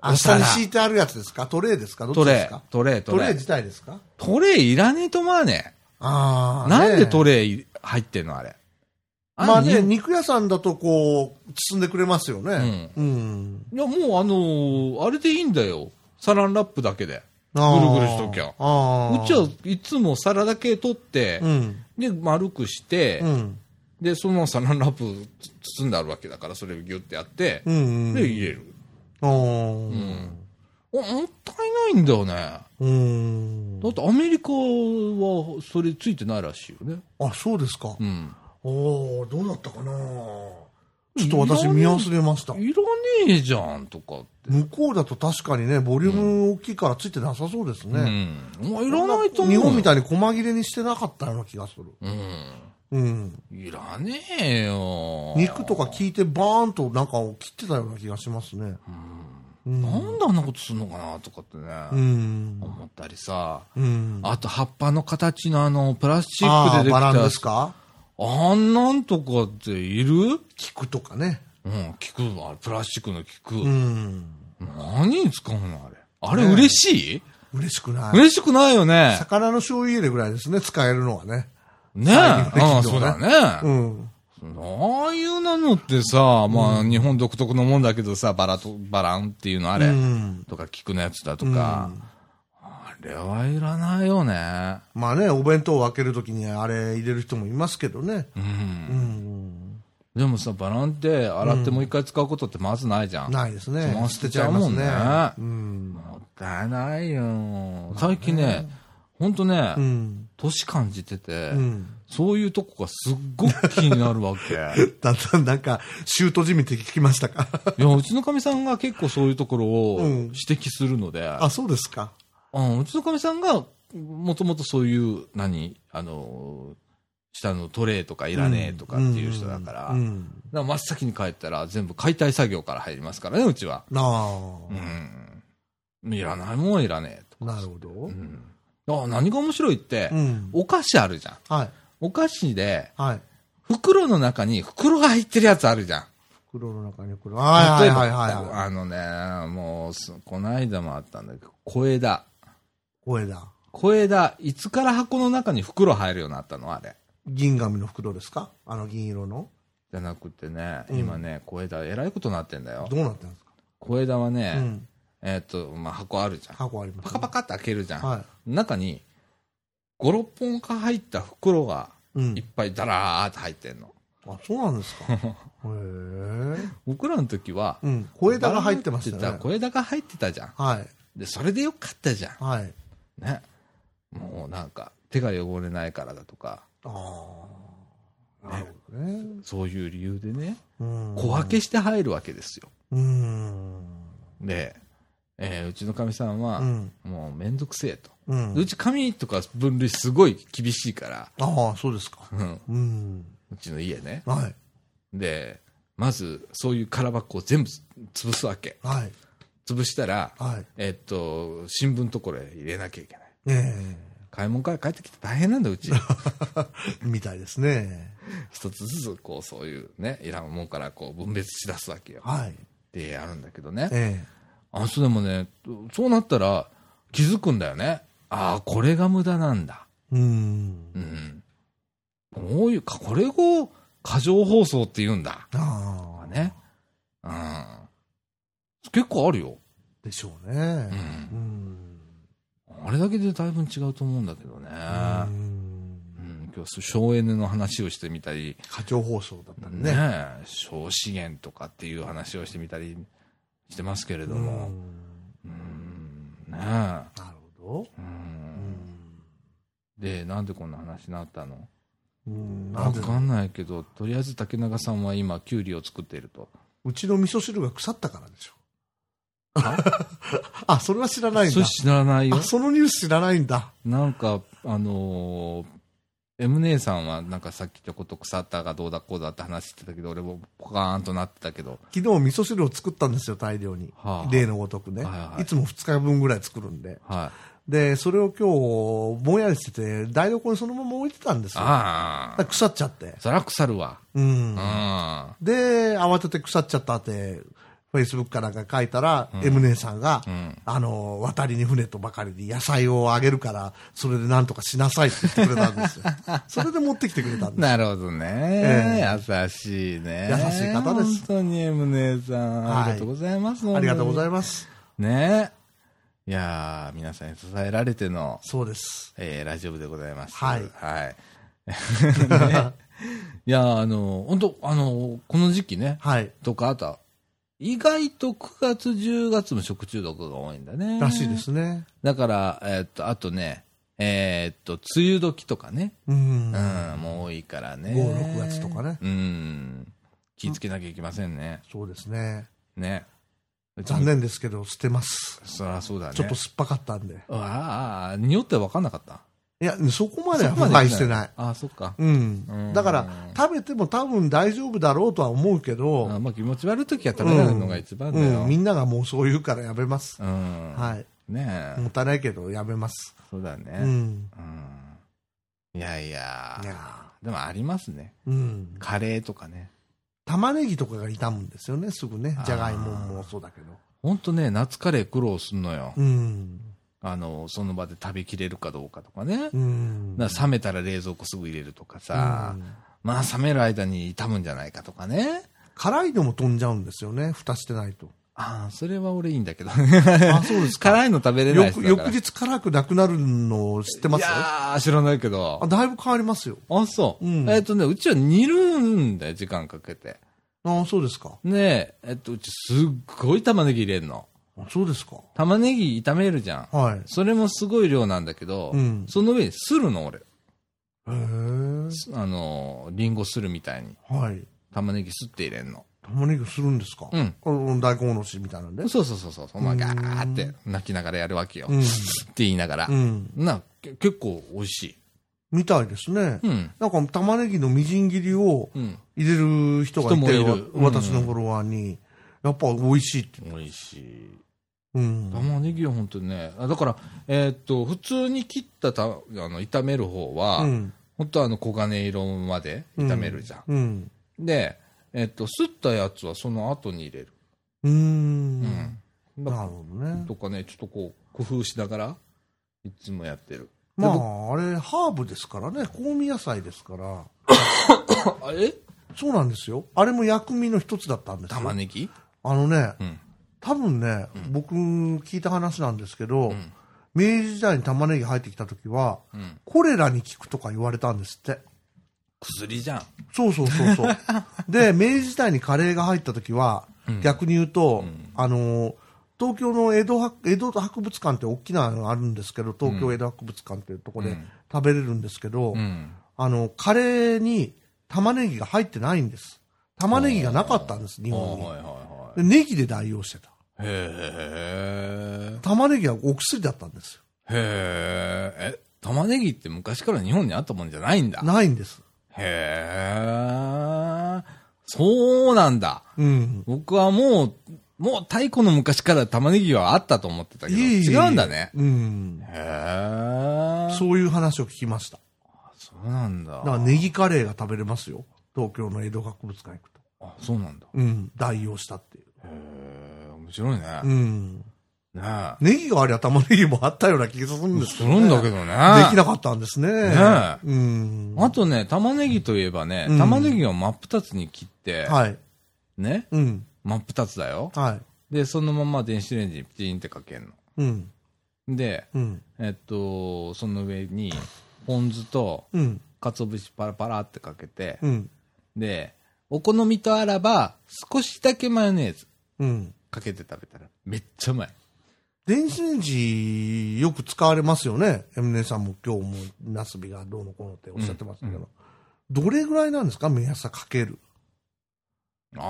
Speaker 2: あ、
Speaker 1: お皿
Speaker 2: 下に敷いてあるやつですかトレイですかどっ
Speaker 1: ト
Speaker 2: ちです
Speaker 1: レ
Speaker 2: か
Speaker 1: イ、トレイ、
Speaker 2: ト
Speaker 1: ト
Speaker 2: レイ
Speaker 1: レイ。
Speaker 2: 自体ですか
Speaker 1: トレイいらねえと思わね
Speaker 2: あ
Speaker 1: え。
Speaker 2: あ。
Speaker 1: なんでト
Speaker 2: レ
Speaker 1: レイ入ってんの、あれ。
Speaker 2: まあ
Speaker 1: れ
Speaker 2: ね、肉屋さんだとこう、包んでくれますよね。うん。
Speaker 1: いや、もうあのーあれでいいんだよ。サランラップだけで。
Speaker 2: あー
Speaker 1: ぐるぐるしときゃ
Speaker 2: あー
Speaker 1: うちはいつも皿だけ取って、
Speaker 2: うん。
Speaker 1: で、丸くして、
Speaker 2: うん。
Speaker 1: で、そのままサランラップつ包んであるわけだから、それをギュッてやって、
Speaker 2: うんうん。
Speaker 1: で、入れる。
Speaker 2: あー
Speaker 1: んおもったいないんだよね。だ
Speaker 2: うん。
Speaker 1: ってアメリカはそれついてないらしいよね。
Speaker 2: あ、そうですか
Speaker 1: う。ん。
Speaker 2: おおどうだったかなちょっと私見忘れました。
Speaker 1: いらねえじゃんとかって。
Speaker 2: 向こうだと確かにね、ボリューム大きいからついてなさそうです
Speaker 1: う
Speaker 2: ね。
Speaker 1: ん。もういらないと思う。
Speaker 2: 日本み
Speaker 1: い。
Speaker 2: たいに細切れにしてなかったような気がする。
Speaker 1: うん。
Speaker 2: うん。
Speaker 1: いらねえよ。
Speaker 2: 肉とか聞いてバーンとなんかを切ってたような気がしますね。うん。
Speaker 1: なんであんなことすんのかなとかってね、
Speaker 2: うん。
Speaker 1: 思ったりさ、
Speaker 2: うん。
Speaker 1: あと葉っぱの形のあの、プラスチック
Speaker 2: あ
Speaker 1: で
Speaker 2: ー
Speaker 1: でき
Speaker 2: バランです
Speaker 1: た、
Speaker 2: か
Speaker 1: あんなんとかっている
Speaker 2: 菊とかね。
Speaker 1: うん、菊、あれプラスチックの菊。
Speaker 2: うん。
Speaker 1: 何に使うのあれ。あれ
Speaker 2: ねえ
Speaker 1: 嬉しい、
Speaker 2: 嬉しくない。
Speaker 1: 嬉しくないよね。
Speaker 2: 魚の醤油入れぐらいですね、使えるのはね。
Speaker 1: ねえ。
Speaker 2: 再現できるの
Speaker 1: あ
Speaker 2: ね
Speaker 1: あ、そうだね。
Speaker 2: うん。
Speaker 1: ああいうなのってさ、まあ、日本独特のもんだけどさ、バラと、バランっていうのあれ、
Speaker 2: うん。
Speaker 1: とか菊のやつだとか、あれはいらないよね。
Speaker 2: まあね、お弁当を開けるときにあれ入れる人もいますけどね。
Speaker 1: うん
Speaker 2: うん。
Speaker 1: でもさ、バランって洗ってもう一回使うことってまずないじゃん。
Speaker 2: ないです
Speaker 1: そのま
Speaker 2: ね
Speaker 1: ま。
Speaker 2: 捨てちゃいますね
Speaker 1: 捨てちゃ。う
Speaker 2: うん。
Speaker 1: もったいないよ。最近ね、ほんとね、
Speaker 2: うん。
Speaker 1: 年感じてて、
Speaker 2: うん。
Speaker 1: そういうとこがすっごく気になるわ け。
Speaker 2: だんだんなんか、シュートじみて聞きましたか
Speaker 1: いや、うちのかみさんが結構そういうところを
Speaker 2: うん
Speaker 1: 指摘するので、
Speaker 2: あ、そうですか。
Speaker 1: うんうちのかみさんが、もともとそういう、何、あの、下のトレイとかいらねえとかっていう人だから、
Speaker 2: うん。う
Speaker 1: だから
Speaker 2: ん
Speaker 1: 真っ先に帰ったら全部解体作業から入りますからね、うちは。
Speaker 2: なあ、
Speaker 1: うん。いらないもんはいらねえと。
Speaker 2: なるほど。う。
Speaker 1: うんん。あ何が面白いって、お菓子あるじゃん。
Speaker 2: はい。
Speaker 1: お菓子で、
Speaker 2: はい。
Speaker 1: 袋の中に袋が入ってるやつあるじゃん。
Speaker 2: 袋の中に袋。はいはいはいはい
Speaker 1: 例え
Speaker 2: は
Speaker 1: ばあのね、もうす、この間もあったんだけど、小枝。
Speaker 2: い。声だ。
Speaker 1: 小枝、いつから箱の中に袋入るようになったのあれ。
Speaker 2: 銀紙の袋ですかあの銀色の。
Speaker 1: じゃなくてね、
Speaker 2: うん
Speaker 1: 今ね、小枝、えらいことになってんだよ
Speaker 2: ど。うなってるんですか
Speaker 1: 小枝はね、
Speaker 2: うん。
Speaker 1: えーっと、まあ、箱あるじゃん。
Speaker 2: 箱あります、
Speaker 1: パカパ
Speaker 2: カ。
Speaker 1: カって開けるじゃん。
Speaker 2: は
Speaker 1: 中に、5、6本か入った袋が、
Speaker 2: い。うん
Speaker 1: いっ。ぱいダラーって入ってんの。
Speaker 2: あ、そうなん ですか。へえ。
Speaker 1: 僕らの時は、
Speaker 2: うん。小枝が入ってました
Speaker 1: ダラーっ
Speaker 2: ね
Speaker 1: て。小枝が入ってたじゃん。
Speaker 2: はい。
Speaker 1: で、それでよかったじゃん。
Speaker 2: はい。
Speaker 1: ね。もうなんか、手が汚れないからだとか、
Speaker 2: ああ。なるほどね。
Speaker 1: そういう理由でね、
Speaker 2: うん。
Speaker 1: 小分けして入るわけですよ。
Speaker 2: うん。
Speaker 1: で、えーうちのかみさんは、
Speaker 2: うん。
Speaker 1: もうめんどくせえと。
Speaker 2: うん。
Speaker 1: うち紙とか分類すごい厳しいから、
Speaker 2: ああ、そうですか。
Speaker 1: うん、
Speaker 2: うん。
Speaker 1: うちの家ね。
Speaker 2: はい。
Speaker 1: で、まず、そういう空箱を全部潰すわけ。
Speaker 2: はい。
Speaker 1: 潰したら、
Speaker 2: はい。
Speaker 1: えっと、新聞とこれ入れなきゃいけない。
Speaker 2: ね
Speaker 1: 買い物から帰ってきて大変なんだ、う ち。
Speaker 2: え。みたいですね。
Speaker 1: 一つずつ、こう、そういうね、いらんもんからこう、分別し出すわけよ。
Speaker 2: はい。
Speaker 1: で、やるんだけどね。
Speaker 2: え
Speaker 1: あ、そうでもね、そうなったら気づくんだよね。ああ、これが無駄なんだ。
Speaker 2: え。うん
Speaker 1: う。ん。こういう、かこれを過剰放送って言うんだ。
Speaker 2: ああ。
Speaker 1: ね。うん。結構あるよ。
Speaker 2: でしょう
Speaker 1: う
Speaker 2: ね。
Speaker 1: ん
Speaker 2: う。ん。
Speaker 1: あれだけでだいぶ違うと思うんだけどね。
Speaker 2: うん
Speaker 1: うん、今日、省エネの話をしてみたり、
Speaker 2: 課長放送だったん
Speaker 1: ね
Speaker 2: でね。
Speaker 1: え省資源とかっていう話をしてみたりしてますけれど
Speaker 2: う
Speaker 1: も、
Speaker 2: ん
Speaker 1: うん、ね
Speaker 2: なるほど。
Speaker 1: え、う、
Speaker 2: うんん
Speaker 1: で、なんでこんな話になったの
Speaker 2: うん。な
Speaker 1: わ
Speaker 2: んで
Speaker 1: かんないけど、とりあえず竹中さんは今、キュウリを作っていると。
Speaker 2: うちの味噌汁が腐ったからでしょ。 あ、それは知らないん
Speaker 1: それ
Speaker 2: だ。
Speaker 1: 知らないよ
Speaker 2: あ、。そのニュース知らないんだ。
Speaker 1: なんか、あのー、M 姉さんはなんかさっきちょこっと腐ったがどうだこうだって話してたけど、俺もポカーンとなってたけど、
Speaker 2: 昨日味噌汁を作ったんですよ、大量に。
Speaker 1: はあ
Speaker 2: 例のごとくね、
Speaker 1: はい
Speaker 2: い
Speaker 1: はい
Speaker 2: つも2日分ぐらい作るんで。
Speaker 1: は
Speaker 2: で、それを今日、ぼんやりしてて、台所にそのまま置いてたんです
Speaker 1: あ
Speaker 2: よ。だ
Speaker 1: あ
Speaker 2: から。腐っちゃって。
Speaker 1: そら腐るわ。
Speaker 2: う
Speaker 1: う
Speaker 2: ん
Speaker 1: ん。。
Speaker 2: で、慌てて腐っちゃったって、フェイスブックかなんか書いたら、M 姉さんが、
Speaker 1: ん
Speaker 2: あの、渡りに船とばかりに野菜をあげるから、それでなんとかしなさいって言ってくれた んですよ。それで持ってきてくれたんです。
Speaker 1: なるほどね、優しいね。
Speaker 2: 優しい方です
Speaker 1: 本当に、M 姉さん、
Speaker 2: はい
Speaker 1: ありがとうございます。
Speaker 2: ありがとうござい
Speaker 1: ま
Speaker 2: ます。
Speaker 1: す。ねいやー、皆さんに支えられての、
Speaker 2: そうです。
Speaker 1: えーラジオ部でございます。
Speaker 2: はい
Speaker 1: はい。ねいやー、あの、本当あの、この時期ね、
Speaker 2: はい。
Speaker 1: とか、あとは、意外と9月、10月も食中毒が多いんだね。
Speaker 2: らしいで。すね。
Speaker 1: だから、えーっと、あとね、えーっと、梅雨時とかね。
Speaker 2: うん。
Speaker 1: うん、もう多いからね。
Speaker 2: 5 6月とかね
Speaker 1: うん。気ぃつけなきゃいけませんね。
Speaker 2: そうですね。
Speaker 1: ね。
Speaker 2: 残。念ですけど、捨てます。
Speaker 1: そりゃそうだね。
Speaker 2: ちょっと酸っぱかったんで。
Speaker 1: ああ、匂って分かんなかった。
Speaker 2: いや、そこまでは
Speaker 1: そ
Speaker 2: 腐
Speaker 1: こま
Speaker 2: 敗
Speaker 1: で
Speaker 2: してない。
Speaker 1: ああ、そっか。
Speaker 2: うん。だから、食べても多分大丈夫だろうとは思うけど、
Speaker 1: あまあ気持ち悪い時は食べないのが一番だ
Speaker 2: うん、み
Speaker 1: よ。
Speaker 2: んながもうそう言うからやめます。
Speaker 1: うん。
Speaker 2: はい。
Speaker 1: ねえ
Speaker 2: も。ったいないけど、やめます。
Speaker 1: そうだ
Speaker 2: う
Speaker 1: ね。
Speaker 2: ん。
Speaker 1: うん。いやいや
Speaker 2: い。や
Speaker 1: でもありますね。
Speaker 2: ーうん。
Speaker 1: カレーとかね。
Speaker 2: 玉ねぎとかが傷むんですよね、すぐね
Speaker 1: あー。
Speaker 2: じゃがいももそうだけど。
Speaker 1: ほんとね、夏カレー苦労すんのよ。
Speaker 2: うん。
Speaker 1: あの、その場で食べきれるかどうかとかね。
Speaker 2: うん。
Speaker 1: だから冷めたら冷蔵庫すぐ入れるとかさ、まあ冷める間に傷むんじゃないかとかね。
Speaker 2: 辛いのも飛んじゃうんですよね、蓋してないと。
Speaker 1: ああ、それは俺いいんだけど。
Speaker 2: あ、そうですか。
Speaker 1: 辛いの食べれない
Speaker 2: 翌
Speaker 1: 人だか
Speaker 2: 翌
Speaker 1: ら。
Speaker 2: 日辛くなくなるのを知ってます
Speaker 1: いやー、知らないけど
Speaker 2: あ。だいぶ変わりますよ。
Speaker 1: あ、そう。
Speaker 2: うん
Speaker 1: えっ、とね、うちは煮るんだよ、時間かけて。
Speaker 2: あそうですか。
Speaker 1: ねえ、えっと、うちすっごい玉ねぎ入れんの。
Speaker 2: あそうですか。
Speaker 1: 玉ねぎ炒めるじゃん。
Speaker 2: はい。へ
Speaker 1: それもすごい量なんだけど、
Speaker 2: うん
Speaker 1: その上にするの、俺。
Speaker 2: え。
Speaker 1: あのー、リンゴするみたいに。
Speaker 2: はい。
Speaker 1: 玉ねぎすって入れんの。
Speaker 2: 玉ねぎするんですか
Speaker 1: うん。
Speaker 2: あの大根おろしみたいなんで。
Speaker 1: そうそうそうそう。お前ガーって泣きながらやるわけよ。
Speaker 2: うん
Speaker 1: って言いながら。
Speaker 2: うん。
Speaker 1: なけ結構美味しい。
Speaker 2: みたいですね。
Speaker 1: うん。
Speaker 2: なんか玉ねぎのみじん切りを
Speaker 1: うん。
Speaker 2: 入れる人がいて、
Speaker 1: 人もいるうん
Speaker 2: わ私のフォロワーに、やっぱ美味しいって。
Speaker 1: 美味しい。
Speaker 2: うん。
Speaker 1: 玉ねぎは本当にね、あだから、えーっと、普通に切ったた、あの、炒める方は、
Speaker 2: うん。
Speaker 1: 本当はあの、黄金色まで炒めるじゃん。
Speaker 2: うん。
Speaker 1: で、えーっと、すったやつはその後に入れる。
Speaker 2: うー。
Speaker 1: うんん。だ
Speaker 2: なるほどね。
Speaker 1: とかね、ちょっとこう、工夫しながら、いつもやってる。
Speaker 2: まあ、あれ、ハーブですからね。香味野菜ですから。
Speaker 1: あえ
Speaker 2: そうなんですよ。あれも薬味の一つだったんですよ。
Speaker 1: 玉ねぎ
Speaker 2: あのね、
Speaker 1: うん。
Speaker 2: 多分ね、僕聞いた話なんですけど、
Speaker 1: ん
Speaker 2: 明治時代に玉ねぎ入ってきた時は、
Speaker 1: うん。
Speaker 2: コレラに効くとか言われたんですって。
Speaker 1: 薬じゃん。
Speaker 2: そうそうそう そう。で、明治時代にカレーが入った時は、逆に言うと、あの、東京の江戸博江戸博物館って大きなのがあるんですけど、東京江戸博物館っていうところ
Speaker 1: う
Speaker 2: で
Speaker 1: ん
Speaker 2: 食べれるんですけど、
Speaker 1: うん。
Speaker 2: あの、カレーに玉ねぎが入ってないんです。玉ねぎがなかったんです、日
Speaker 1: あー
Speaker 2: 本
Speaker 1: はいはい
Speaker 2: に。
Speaker 1: は
Speaker 2: でネギで代用してた。
Speaker 1: い。へえ。
Speaker 2: 玉ねぎはお薬だったんです
Speaker 1: へえ。え、玉ねぎって昔から日本にあったもんじゃないんだ
Speaker 2: よ。。ないんです。
Speaker 1: へえ。そうなんだ。
Speaker 2: うん。
Speaker 1: 僕はもう、もう太古の昔から玉ねぎはあったと思ってたけど、
Speaker 2: いい
Speaker 1: 違うんだね。
Speaker 2: うん。
Speaker 1: へえ。そう。
Speaker 2: そういう話を聞きました。
Speaker 1: そうなんだ。
Speaker 2: だからネギカレーが食べれますよ。東京の江戸博物館行くと。
Speaker 1: あ、そうなんだ。
Speaker 2: うん。代用したっていう。
Speaker 1: へえ、面白いね。
Speaker 2: うん。
Speaker 1: ねえ。
Speaker 2: ネギがありゃ玉ねぎもあったような気がするんです
Speaker 1: す
Speaker 2: け
Speaker 1: る
Speaker 2: ど、ね。
Speaker 1: んだけどね。
Speaker 2: できなかったんですね。
Speaker 1: え
Speaker 2: うん。
Speaker 1: あとね、玉ねぎといえばね、
Speaker 2: うん
Speaker 1: 玉ねぎを真っ二つに切って、
Speaker 2: はい。
Speaker 1: ね、
Speaker 2: うん。
Speaker 1: 真っ二つだよ。
Speaker 2: はい。
Speaker 1: で、そのまま電子レンジにピチンってかけん
Speaker 2: うん。
Speaker 1: の。で、
Speaker 2: うん。
Speaker 1: えっと、その上に、ポン酢と、
Speaker 2: うん。
Speaker 1: 鰹節パラパラってかけて、
Speaker 2: うん。
Speaker 1: で、お好みとあらば、少しだけマヨネーズ
Speaker 2: うん。
Speaker 1: かけて食べたら、めっちゃうまい。
Speaker 2: 電子レンジよく使われますよね。エムネさんも今日もナスビがどうのこうのっておっしゃってましたけど。どれぐらいなんですか目安はかける。
Speaker 1: あ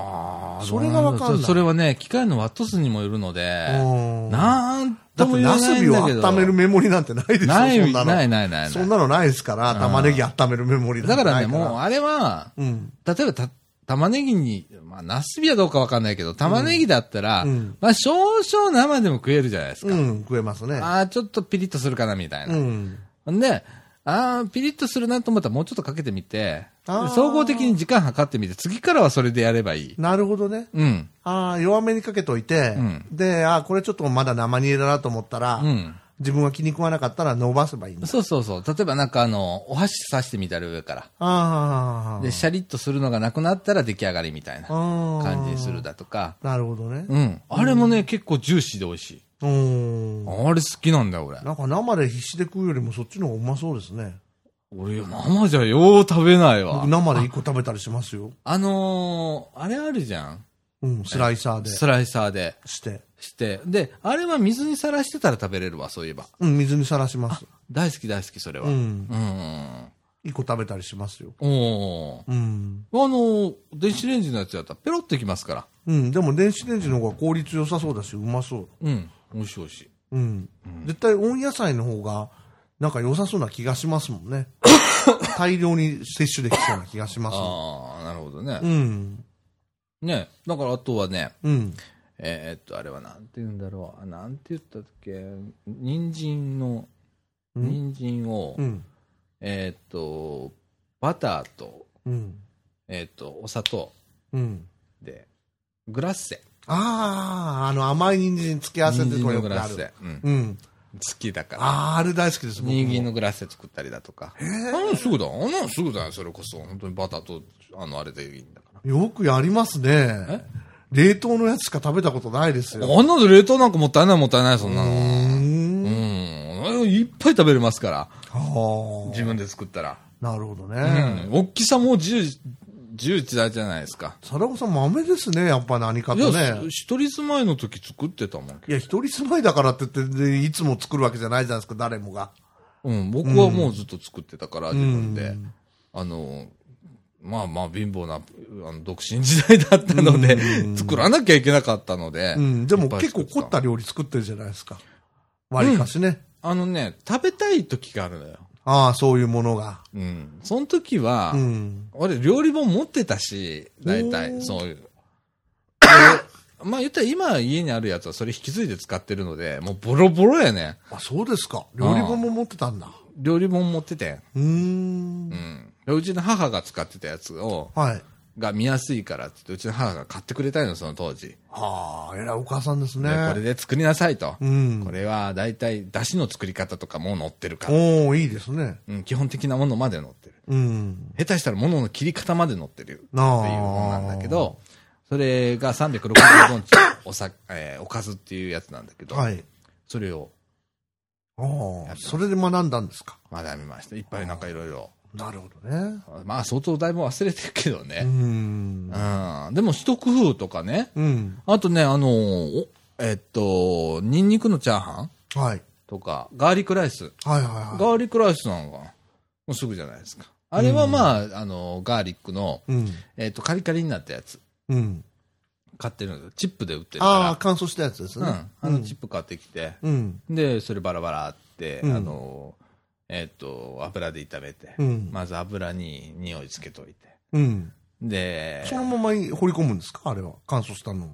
Speaker 2: ーそれがわかんない
Speaker 1: そそれはね、機械のワット数にもよるので、
Speaker 2: うん
Speaker 1: なんと
Speaker 2: だっ
Speaker 1: も言
Speaker 2: て
Speaker 1: えな
Speaker 2: ナス
Speaker 1: い
Speaker 2: ビ
Speaker 1: ん
Speaker 2: を
Speaker 1: だけど。
Speaker 2: 温めるメモリなんてないでしょ
Speaker 1: ない
Speaker 2: そんなの。
Speaker 1: ないないないない。
Speaker 2: そんなのないですから、
Speaker 1: ん
Speaker 2: 玉ねぎ温めるメモリ
Speaker 1: だからね、
Speaker 2: ない
Speaker 1: もうあれは、
Speaker 2: う。うん。
Speaker 1: 例えばた、玉ねぎに、まあ、ナスビはどうかわかんないけど、玉ねぎだったら、
Speaker 2: うん
Speaker 1: まあ、少々生でも食えるじゃないですか。
Speaker 2: うん、食えますね。
Speaker 1: ああ、ちょっとピリッとするかな、みたいな。
Speaker 2: うん。
Speaker 1: んで、ああ、ピリッとするなと思ったらもうちょっとかけてみて、
Speaker 2: あー
Speaker 1: 総合的に時間計ってみて、次からはそれでやればいい。
Speaker 2: なるほどね。
Speaker 1: うん。
Speaker 2: ああ、弱めにかけといて、
Speaker 1: うん
Speaker 2: で、ああ、これちょっとまだ生煮えだなと思ったら、
Speaker 1: うん。
Speaker 2: 自分は気に食わなかったら伸ばせばいいんだ。
Speaker 1: そうそうそう。例えばなんかあの、お箸刺してみたら上から。
Speaker 2: ああ。
Speaker 1: で、シャリッとするのがなくなったら出来上がりみたいな感
Speaker 2: 感
Speaker 1: じにする。だとか。
Speaker 2: なるほどね。
Speaker 1: うん。あれもね、結構ジューシーで美味しい。
Speaker 2: うん。
Speaker 1: あれ好きなんだよ、俺。
Speaker 2: なんか生で必死で食うよりもそっちの方がうまそうですね。
Speaker 1: 俺よ、生じゃよう食べないわ
Speaker 2: 僕。生で一個食べたりしますよ。
Speaker 1: あのー、あれあるじゃん。
Speaker 2: うん、スライサーで
Speaker 1: スライサーで
Speaker 2: して。
Speaker 1: して。で、あれは水にさらしてたら食べれるわ、そういえば。
Speaker 2: うん、水にさらします。
Speaker 1: 大好き大好き、それは。
Speaker 2: う
Speaker 1: うん。
Speaker 2: ん。
Speaker 1: うん。
Speaker 2: 一個食べたりしますよ。
Speaker 1: おー
Speaker 2: うん。
Speaker 1: あのー、電子レンジのやつやったらペロッといきますから。
Speaker 2: うん、でも電子レンジの方が効率良さそうだし、うまそう。
Speaker 1: うん。美味しい美味しい。
Speaker 2: うん。絶対温野菜の方が、なんか良さそうな気がしますもん ね。大量に摂取できそうな気がしますも
Speaker 1: ああ、なるほどね
Speaker 2: ん。う。ん。
Speaker 1: ね。だからあとはね、
Speaker 2: うん。
Speaker 1: えーっと、あれはなんて言うんだろう。あなんて言ったっけ。人参の、
Speaker 2: うん
Speaker 1: 人参を、
Speaker 2: うん。
Speaker 1: えーっと、バターと、
Speaker 2: うん。
Speaker 1: えーっと、お砂糖
Speaker 2: うん。
Speaker 1: で、グラッセ。
Speaker 2: ああ、あの甘い人参付け合わせて
Speaker 1: 人
Speaker 2: と
Speaker 1: 参
Speaker 2: かよ
Speaker 1: の
Speaker 2: く
Speaker 1: グ
Speaker 2: あ
Speaker 1: ラ
Speaker 2: る
Speaker 1: ッ。セ。うん。好
Speaker 2: うん。
Speaker 1: きだから。
Speaker 2: ああ、あれ大好きです、僕も。
Speaker 1: 人参のグラッセ作ったりだとか。あんなすぐだ。あんなすぐだよ、それこそ。本当にバターと、あの、あれでいいんだから。
Speaker 2: よくやりますね。冷凍のやつしか食べたことないですよ。
Speaker 1: あんなの冷凍なんかもったいないもったいない、そんな
Speaker 2: う
Speaker 1: の。
Speaker 2: ーん。
Speaker 1: う
Speaker 2: は
Speaker 1: ん。いっぱい食べれますから。
Speaker 2: あ。
Speaker 1: 自分で作ったら。
Speaker 2: なるほど
Speaker 1: う
Speaker 2: ね。
Speaker 1: ん。大きさも自由、自由自在じゃないですか。
Speaker 2: 貞子さん豆ですね、やっぱ何か
Speaker 1: い
Speaker 2: と
Speaker 1: や、
Speaker 2: ね。
Speaker 1: 一人住まいの時作ってたもん。
Speaker 2: いや、一人住まいだからって言って、でいつも作るわけじゃないじゃないですか、誰もが。
Speaker 1: うん。僕はもうずっと作ってたから、自分
Speaker 2: う
Speaker 1: で
Speaker 2: ん。
Speaker 1: あの、まあまあ貧乏な、あの、独身時代だったので、作らなきゃいけなかったので。
Speaker 2: うん、で
Speaker 1: い
Speaker 2: も
Speaker 1: っぱい
Speaker 2: 結
Speaker 1: 作っ
Speaker 2: 構
Speaker 1: てた
Speaker 2: 凝った料理作ってるじゃないですか。わりかしね。
Speaker 1: あのね、食べたい時があるのよ。
Speaker 2: ああ、そういうものが。
Speaker 1: うん。その時は、
Speaker 2: うん。
Speaker 1: 俺料理本持ってたし、大
Speaker 2: おー
Speaker 1: 体、そういう。でまあ言ったら今家にあるやつはそれ引き継いで使ってるので、もうボロボロやね。
Speaker 2: あ、そうですか。料理本も持ってたんだ。
Speaker 1: 料理本持ってて。
Speaker 2: うーん
Speaker 1: う。ん。でうちの母が使ってたやつを、
Speaker 2: はい。
Speaker 1: が見やすいからって言って、うちの母が買ってくれたのよ、その当時。
Speaker 2: ああ、偉いお母さんですね。
Speaker 1: でこれで作りなさいと。
Speaker 2: うん
Speaker 1: こ。れは大体、出汁の作り方とかも載ってるから。
Speaker 2: おおいいですね。
Speaker 1: うん、基本的なものまで載ってる。
Speaker 2: うん。
Speaker 1: 下手したら物の切り方まで載ってるよっていう
Speaker 2: なあ
Speaker 1: 本なんだけど、それが365日お さ、えーおかずっていうやつなんだけど、
Speaker 2: はい。
Speaker 1: それを
Speaker 2: あ
Speaker 1: や
Speaker 2: あ、
Speaker 1: ってます
Speaker 2: それで学んだんですか。
Speaker 1: 学びました。いっぱいなんかいろいろ。
Speaker 2: なるほどね。
Speaker 1: まあ相当だいぶ忘れてるけど
Speaker 2: う
Speaker 1: ね。
Speaker 2: ん
Speaker 1: う。ん。でも一工夫とかね。
Speaker 2: うん。
Speaker 1: あとね、あのーおえっと、ニンニクのチャーハン
Speaker 2: はい。
Speaker 1: とか、ガーリックライス。
Speaker 2: はいはい
Speaker 1: ガ
Speaker 2: は
Speaker 1: ーリックライスなんか、もうすぐじゃないですか。あれはまあ、あのー、ガーリックの、
Speaker 2: い。うん。
Speaker 1: えっと、カリカリになったやつ。
Speaker 2: うん。
Speaker 1: 買ってるのよ。チップで売ってるから。
Speaker 2: ああ、乾燥したやつです
Speaker 1: う
Speaker 2: ね。
Speaker 1: ん、あのチップ買ってきて、
Speaker 2: うん。
Speaker 1: でそれバラバラって、
Speaker 2: うん
Speaker 1: あのえっ、と油で炒めて、
Speaker 2: うん
Speaker 1: まず油に匂いつけといて
Speaker 2: うん。
Speaker 1: で
Speaker 2: そのまま掘り込むんですかあれは。乾燥したのを。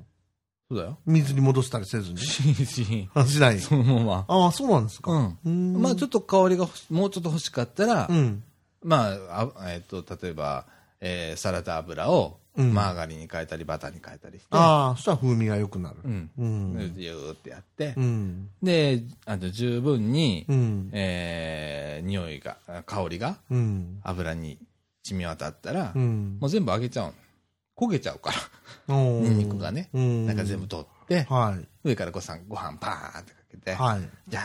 Speaker 1: そうだよ
Speaker 2: 水に戻したりせずに。
Speaker 1: しし
Speaker 2: あしない。
Speaker 1: そのま
Speaker 2: ああ、そうなんですか。
Speaker 1: まうん
Speaker 2: ん
Speaker 1: まあちょっと香りが欲しもうちょっと欲しかったら、
Speaker 2: うん。
Speaker 1: まああ、えっと例えば、えーサラダ油を
Speaker 2: うん
Speaker 1: マーガリンに変えたりバターに変えたりして、
Speaker 2: ああ、そしたら風味が良くなる
Speaker 1: う。ん
Speaker 2: うん。
Speaker 1: でゆーってやって、
Speaker 2: うん。
Speaker 1: であと十分に、
Speaker 2: うん。
Speaker 1: えー匂いがあ香りが
Speaker 2: うん。
Speaker 1: 油に染み渡ったら、
Speaker 2: うん。
Speaker 1: もう全部揚げちゃうの焦げちゃうから、
Speaker 2: おー
Speaker 1: ニンニクがね、
Speaker 2: うん。
Speaker 1: なんか全部。取って、
Speaker 2: はい。
Speaker 1: 上からごさんご飯パーンってかけて、
Speaker 2: はい。
Speaker 1: じゃ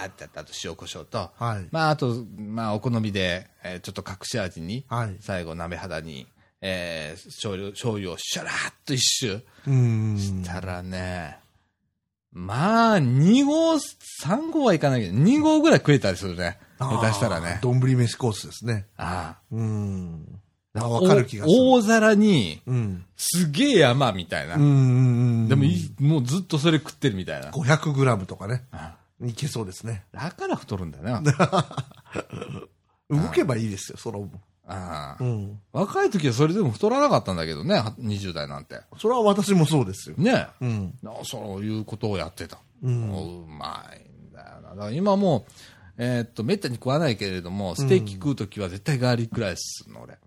Speaker 1: ーってやった後塩コショウと、
Speaker 2: はい。
Speaker 1: まああと、まあお好みで、えーちょっと隠し味に、
Speaker 2: はい。
Speaker 1: 最後鍋肌に、えー醤油、醤油をシャラーっと一周
Speaker 2: うん。
Speaker 1: したらね、まあ、2合、3合はいかないけど、2合ぐらい食えたりするね。
Speaker 2: あー
Speaker 1: 下手したらね。
Speaker 2: 丼飯コースですね。
Speaker 1: あ
Speaker 2: うん。あ
Speaker 1: あ。
Speaker 2: わかる気がする
Speaker 1: お大皿に、
Speaker 2: うん。
Speaker 1: すげえ山みたいな。
Speaker 2: うんうんうん。
Speaker 1: でもい、もうずっとそれ食ってるみたいな。
Speaker 2: 500グラムとかね。
Speaker 1: あ
Speaker 2: いけそうですね。
Speaker 1: だから太るんだよな。
Speaker 2: 動けばいいですよ、その分。
Speaker 1: ああ
Speaker 2: うん。
Speaker 1: 若い時はそれでも太らなかったんだけどね、は20代なんて。
Speaker 2: それは私もそうですよ。
Speaker 1: ねえ、
Speaker 2: うん。
Speaker 1: なそういうことをやってた。う
Speaker 2: うん
Speaker 1: まいんだよな。だから今もう、えーっと、めったに食わないけれども、ステーキ食うときは絶対ガーリックライスするの、俺。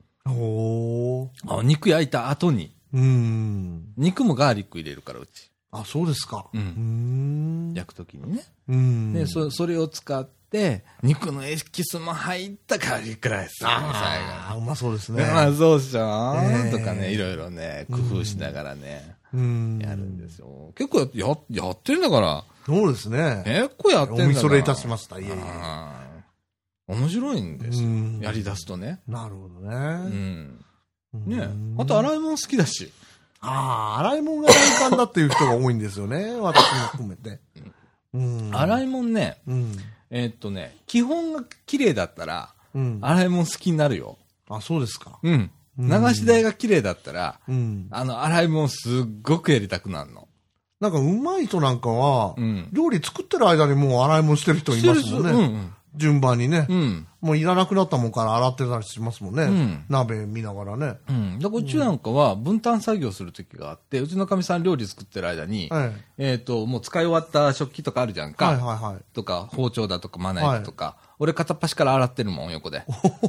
Speaker 2: ほ
Speaker 1: あ肉焼いた後に、
Speaker 2: ー。うん。
Speaker 1: 肉もガーリック入れるから、うち。
Speaker 2: あ、そうですか。
Speaker 1: うん
Speaker 2: ん。
Speaker 1: 焼くときにね。
Speaker 2: うん。
Speaker 1: で、そそれを使って、肉のエキスも入ったガーリックライス。
Speaker 2: ああ、うまそうです
Speaker 1: 最
Speaker 2: ね
Speaker 1: 後。まあ、そうっしょー
Speaker 2: ね
Speaker 1: とかね、いろいろね、工夫しながらね、
Speaker 2: うん。
Speaker 1: やるんですよ。結構やっややってるんだから、
Speaker 2: そうですね。
Speaker 1: 結構やってんだ
Speaker 2: お
Speaker 1: から。
Speaker 2: 見それいたしました。いえいえ。
Speaker 1: はい面白いんですよ
Speaker 2: うん
Speaker 1: やり出すとね。
Speaker 2: なるほど
Speaker 1: う
Speaker 2: ね。
Speaker 1: ん。
Speaker 2: うん
Speaker 1: ねあと洗い物好きだし。
Speaker 2: ああ、洗い物が敏感だっていう人が多いんです よね。私も含めて。うん。
Speaker 1: 洗い物ね、
Speaker 2: うん。
Speaker 1: えーっとね、基本が綺麗だったら、
Speaker 2: うん。
Speaker 1: 洗い物好きになるよ。
Speaker 2: あ、そうですか。
Speaker 1: うん。流し台が綺麗だったら、
Speaker 2: うん。
Speaker 1: あの、洗い物すっごくやりたくなるの。
Speaker 2: なんか、うまい人なんかは
Speaker 1: う、ん。
Speaker 2: 料理作ってる間にもう洗い物してる人いますもん
Speaker 1: してる
Speaker 2: ね。順番にね
Speaker 1: う。ん。うん。
Speaker 2: もういらなくなったもんから洗ってたりしますもんね。
Speaker 1: ん
Speaker 2: 鍋見ながらね。
Speaker 1: うん。だからうちなんかは分担作業する時があって、うちのかみさん料理作ってる間に、
Speaker 2: はい
Speaker 1: えーっと、もう使い終わった食器とかあるじゃんか。
Speaker 2: はいはいはい。
Speaker 1: とか、包丁だとか、まな板とか、俺片っ端から洗ってるもん、横で。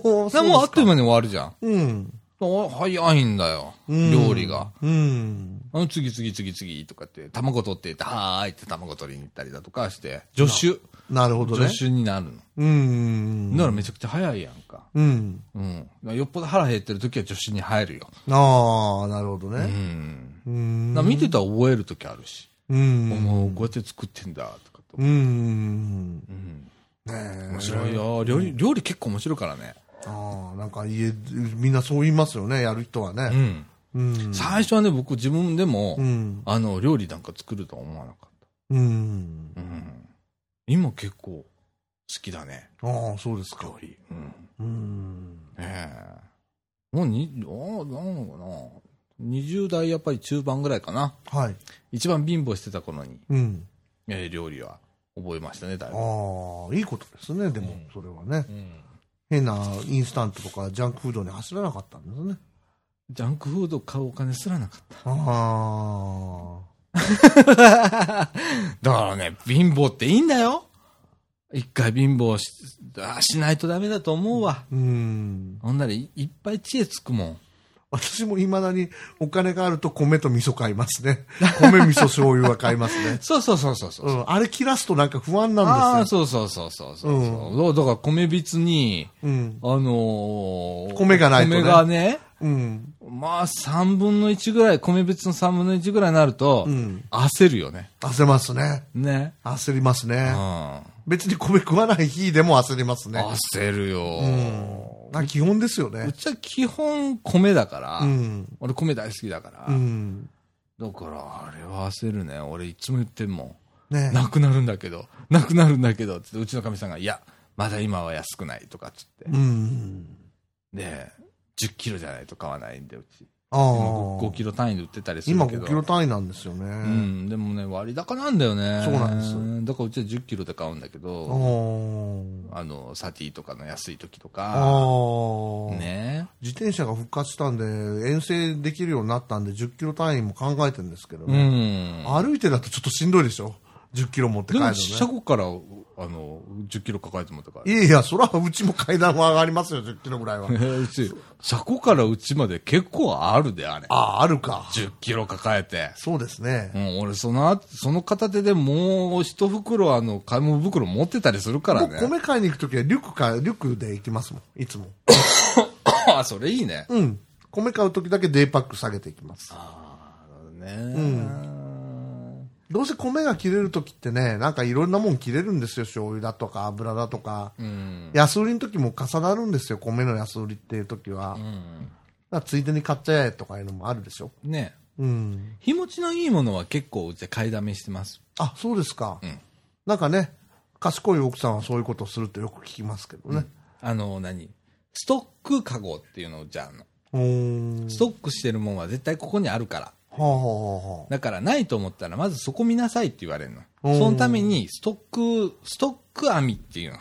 Speaker 2: おー
Speaker 1: でもうあっという間に終わるじゃん。
Speaker 2: うん。
Speaker 1: お早いんだよ、
Speaker 2: うん
Speaker 1: 料理が。。
Speaker 2: うん。
Speaker 1: あの次々次々とかって、卵取ってって、はーいって卵取りに行ったりだとかして、助手。
Speaker 2: なるほど
Speaker 1: 助
Speaker 2: ね。
Speaker 1: 手になるの。
Speaker 2: うん。
Speaker 1: ならめちゃくちゃ早いやんか。
Speaker 2: うん。
Speaker 1: うん。だからよっぽど腹減ってる時は助手に入るよ。
Speaker 2: ああ、なるほど
Speaker 1: う
Speaker 2: ね。
Speaker 1: ん。
Speaker 2: うん。
Speaker 1: だから見てたら覚える時あるし。
Speaker 2: うん。
Speaker 1: もうこうやって作ってんだ、とかと。
Speaker 2: うん。
Speaker 1: うん。
Speaker 2: ねえ
Speaker 1: 面白いよ。料理、料理結構面白いからね。
Speaker 2: ああ、なんか家、みんなそう言いますよね、やる人は
Speaker 1: う
Speaker 2: ね。
Speaker 1: ん。
Speaker 2: うん。
Speaker 1: 最初はね、僕自分でも、
Speaker 2: うん。
Speaker 1: あの、料理なんか作るとは思わなかっ
Speaker 2: うん。
Speaker 1: た。うん。今結構好きだね、
Speaker 2: ああ、そうですか。
Speaker 1: 料理。うん。
Speaker 2: うん。
Speaker 1: ええもうに、ああ、なんだろうな。20代やっぱり中盤ぐらいかな。
Speaker 2: はい。
Speaker 1: 一番貧乏してた頃に、
Speaker 2: うん。
Speaker 1: えー料理は覚えましたね、だいぶ。
Speaker 2: ああ、いいことですね、でも、それはね。
Speaker 1: うん。
Speaker 2: 変なインスタントとかジャンクフードに走らなかったんですね。
Speaker 1: ジャンクフード買うお金すらなかった。
Speaker 2: あ
Speaker 1: だからね、貧乏っていいんだよ。一回貧乏しあしないとダメだと思うわ。
Speaker 2: あ。うん。
Speaker 1: ほんならいいっぱい知恵つくもん。
Speaker 2: 私も未だにお金があると米と味噌買いますね。米、味噌、醤油は買いますね。
Speaker 1: そうそうそうそうそう。
Speaker 2: うん。あれ切らすとなんか不安
Speaker 1: あ
Speaker 2: なん
Speaker 1: あ、
Speaker 2: ですよ。
Speaker 1: そうそうそうそうそうそう、だから米びつに、
Speaker 2: うん。
Speaker 1: あのー
Speaker 2: 米がないとね
Speaker 1: 米がね、
Speaker 2: うん。
Speaker 1: まあ3分の1ぐらい、米びつの3分の1ぐらいになると、
Speaker 2: うん
Speaker 1: 焦るよね。
Speaker 2: 焦ますね。
Speaker 1: ね。
Speaker 2: 焦ります
Speaker 1: う
Speaker 2: ね
Speaker 1: ん。。
Speaker 2: 別に米食わない日でも焦りますね。
Speaker 1: 焦るよ、
Speaker 2: うん。なんか基本ですよ
Speaker 1: う
Speaker 2: ね。
Speaker 1: ちは基本米だから、
Speaker 2: うん。
Speaker 1: 俺米大好きだから、
Speaker 2: うん。
Speaker 1: だからあれは焦るね。俺いつも言ってんも
Speaker 2: ね
Speaker 1: ん。なくなるんだけど、なくなるんだけど、つってうちのかみさんが、いや、まだ今は安くないとかっつって。
Speaker 2: うん。
Speaker 1: で、10キロじゃないと買わないんで、うち。
Speaker 2: ああ。
Speaker 1: 今 5, キロ単位で売ってたりする
Speaker 2: 今
Speaker 1: けど
Speaker 2: 5キロ単位なんですよ
Speaker 1: う
Speaker 2: ね。
Speaker 1: ん、でもね、割高なんだよね。
Speaker 2: そうなんです
Speaker 1: だからうちは10キロで買うんだけ
Speaker 2: あ
Speaker 1: ど、
Speaker 2: あ。
Speaker 1: あの、サティとかの安い時と
Speaker 2: あ
Speaker 1: か、
Speaker 2: あ。
Speaker 1: ね。
Speaker 2: 自転車が復活したんで、遠征できるようになったんで、10キロ単位も考えてるんですけど
Speaker 1: う
Speaker 2: ね。
Speaker 1: ん。
Speaker 2: 歩いてだとちょっとしんどいでしょ。10キロ持って
Speaker 1: で
Speaker 2: 帰るの
Speaker 1: も、
Speaker 2: ね。
Speaker 1: 車庫から、あの、10キロ抱えてもらったか
Speaker 2: いやいや、そら、うちも階段は上がりますよ、10キロぐらいは。
Speaker 1: ら。うち、車庫からうちまで結構あるで、あれ。
Speaker 2: ああ、あるか。
Speaker 1: 10キロ抱えて。
Speaker 2: そうですね
Speaker 1: う。ん、俺、その後、その片手でもう一袋、あの、買い物袋持ってたりするから
Speaker 2: 僕、
Speaker 1: ね。
Speaker 2: 米買いに行くときはリュックか、リュックで行きますもん、いつも。
Speaker 1: あ、それいいね。
Speaker 2: うん。米買うときだけデイパック下げていきます。
Speaker 1: ああ、なるほどね。
Speaker 2: どうせ米が切れるときってね、なんかいろんなもん切れるんですよ、醤油だとか油だとか。
Speaker 1: うん。
Speaker 2: 安売りのときも重なるんですよ、米の安売りっていうときは。
Speaker 1: うん。
Speaker 2: だからついでに買っちゃえとかいうのもあるでしょ。
Speaker 1: ね
Speaker 2: うん。
Speaker 1: 日持ちのいいものは結構うちで買いだめしてます。
Speaker 2: あ、そうですか。
Speaker 1: ん
Speaker 2: なんかね、賢い奥さんはそういうことをするとよく聞きますけどね。
Speaker 1: あの、何ストックカゴっていうのをじゃああの、
Speaker 2: うーん。
Speaker 1: ストックしてるもんは絶対ここにあるから。
Speaker 2: はあ、はあはあ、
Speaker 1: だからないと思ったらまずそこ見なさいって言われるの。
Speaker 2: おー
Speaker 1: そのために ストック、ストック網っていうの。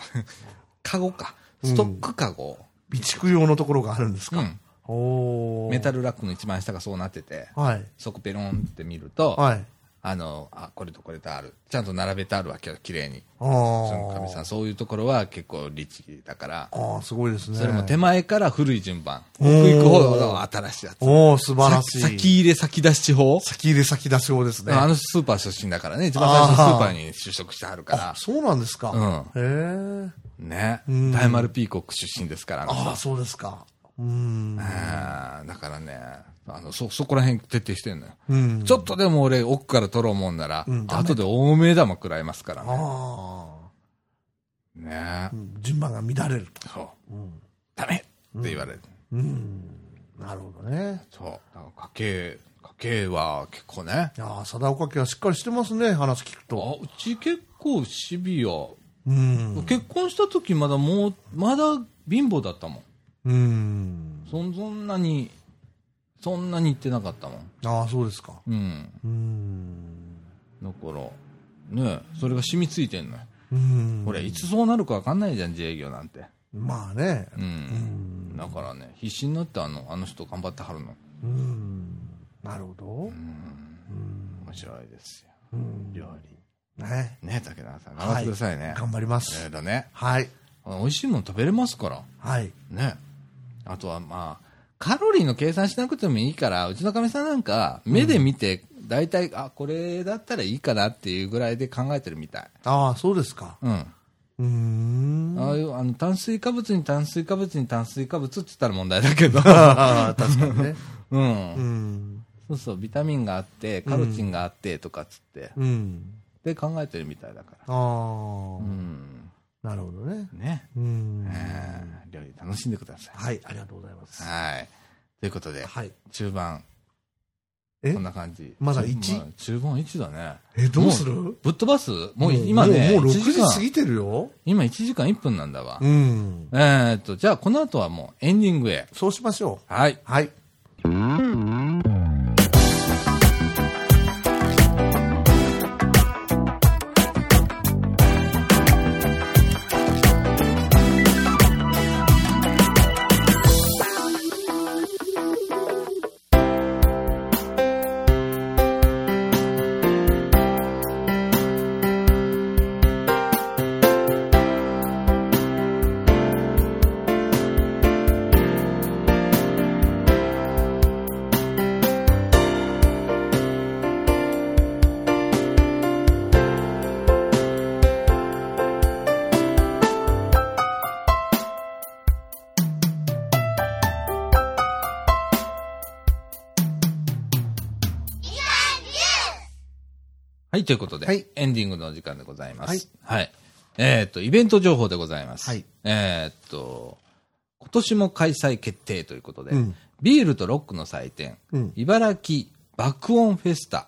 Speaker 1: カゴか。ストックカゴを
Speaker 2: 備蓄用のところがあるんですか、
Speaker 1: うん
Speaker 2: おー
Speaker 1: メタルラックの一番下がそうなってて、
Speaker 2: はい。
Speaker 1: そこペロンって見ると、
Speaker 2: はい。
Speaker 1: あの、あ、これとこれとある。ちゃんと並べてあるわけよ、綺麗に。
Speaker 2: あ
Speaker 1: その神さ
Speaker 2: ー
Speaker 1: ん、そういうところは結構律儀だから、
Speaker 2: あー、すごいですね。
Speaker 1: それも手前から古い順番。
Speaker 2: お
Speaker 1: 奥
Speaker 2: ー
Speaker 1: 行くほど新しいやつ。
Speaker 2: おー、素晴らしい。
Speaker 1: さ先入れ先出し法、
Speaker 2: 先入れ先出し法ですね。
Speaker 1: あのスーパー出身だからね、一番最初のスーパーに就職してはるか
Speaker 2: そうなんですか。へえ。
Speaker 1: ら、ね
Speaker 2: ん。
Speaker 1: 大丸ピーコック出身ですから、あの人
Speaker 2: ああ、そうですか。うん。
Speaker 1: あーだからね、あの、そ、そこら辺徹底してんのよ。
Speaker 2: うん。
Speaker 1: ちょっとでも俺奥から取ろうもんなら、後で大目玉食らいますからね。
Speaker 2: あ
Speaker 1: ね
Speaker 2: あ。うん順番が乱れると。
Speaker 1: そう。ダメって言われる。
Speaker 2: うん。なるほどね。
Speaker 1: そう。だから家計、家計は結構ね。
Speaker 2: いやー貞岡家はしっかりしてますね、話聞くと。
Speaker 1: あ、うち結構シビア。
Speaker 2: うん。
Speaker 1: 結婚した時まだもう、まだ貧乏だったもん。
Speaker 2: うん。
Speaker 1: そんそんなに、そんなに言ってなかったもん。
Speaker 2: ああ、そうですか。
Speaker 1: うん。
Speaker 2: うん。
Speaker 1: だから、ねそれが染みついてんのよ。
Speaker 2: うん。
Speaker 1: 俺、いつそうなるか分かんないじゃん、自営業なんて。
Speaker 2: まあね。
Speaker 1: うん。だからね、必死になってあの、あの人頑張ってはるの。
Speaker 2: うん。なるほど。
Speaker 1: 面白いですよ。
Speaker 2: うん。
Speaker 1: 料理。
Speaker 2: ね。
Speaker 1: ね竹田さん、頑張ってくださいね。
Speaker 2: 頑張りま
Speaker 1: いろ
Speaker 2: す
Speaker 1: い。ろね。
Speaker 2: はい。
Speaker 1: あの美味しいもの食べれますから。
Speaker 2: はい。
Speaker 1: ね。あとはまあ、カロリーの計算しなくてもいいから、うちのかみさんなんか、目で見て、大体、あ、これだったらいいかなっていうぐらいで考えてるみたい。
Speaker 2: ああ、そうですか。
Speaker 1: うん。
Speaker 2: うーん。
Speaker 1: ああいう、あの、炭水化物に炭水化物に炭水化物って言ったら問題だけど。
Speaker 2: ああ、 確かにね。
Speaker 1: うん
Speaker 2: う。ん。
Speaker 1: そうそう、ビタミンがあって、カロチンがあって、とかっつって、
Speaker 2: うん。
Speaker 1: で考えてるみたいだから。
Speaker 2: ああ、
Speaker 1: うん。
Speaker 2: なるほどね。
Speaker 1: ね。
Speaker 2: うん。
Speaker 1: うん料理楽しんでくださ
Speaker 2: はい、ありがとうございます。
Speaker 1: い。はい。ということで、
Speaker 2: はい。
Speaker 1: 中盤、
Speaker 2: え
Speaker 1: こんな感じ。
Speaker 2: まだ
Speaker 1: 中
Speaker 2: 一
Speaker 1: まあ中盤1だね。
Speaker 2: え、どうする
Speaker 1: もぶっ飛ばすもう今ね、
Speaker 2: もうもう
Speaker 1: 1
Speaker 2: 6時過
Speaker 1: 時間、
Speaker 2: ぎてるよ。
Speaker 1: 今1時間1分なんだわ。
Speaker 2: うん。
Speaker 1: えーっと、じゃあこの後はもうエンディングへ。
Speaker 2: そうしましょう。
Speaker 1: はい。
Speaker 2: はい。
Speaker 1: はい、ということで、
Speaker 2: はい
Speaker 1: エンディングのお時間でございます。はい。えーっと、イベント情報でございます。
Speaker 2: はい
Speaker 1: えーっと、今年も開催決定ということで、
Speaker 2: うん
Speaker 1: ビールとロックの祭典、
Speaker 2: うん
Speaker 1: 茨城爆音フェスタ。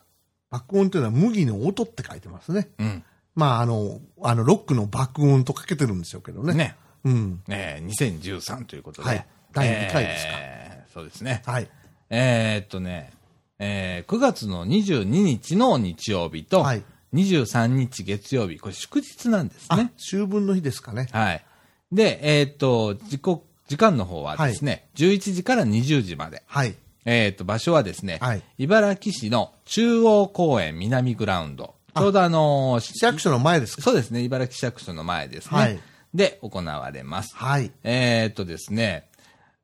Speaker 2: 爆音というのは麦の音って書いてますね。
Speaker 1: うん。
Speaker 2: まあ、あの、あの、ロックの爆音とかけてるんでしょうけどね。。
Speaker 1: ね。
Speaker 2: うん。
Speaker 1: えー、2013ということで。
Speaker 2: はい第二回ですか
Speaker 1: えーそうですね。
Speaker 2: はい。
Speaker 1: えーっとね、えー9月の22日の日曜日と、
Speaker 2: はい
Speaker 1: 23日月曜日、これ祝日なんです
Speaker 2: あ
Speaker 1: ね、。
Speaker 2: 秋分の日ですかね。
Speaker 1: はい。で、えーっと、時刻、時間の方はですね、11時から20時まで。
Speaker 2: はい。
Speaker 1: えーっと、場所はですね、
Speaker 2: はい
Speaker 1: 茨城市の中央公園南グラウンド。ちょうどあのー
Speaker 2: 市役所の前ですか
Speaker 1: そうですね、茨城市役所の前ですね。
Speaker 2: はい
Speaker 1: で、行われます。
Speaker 2: はい。
Speaker 1: えーっとですね、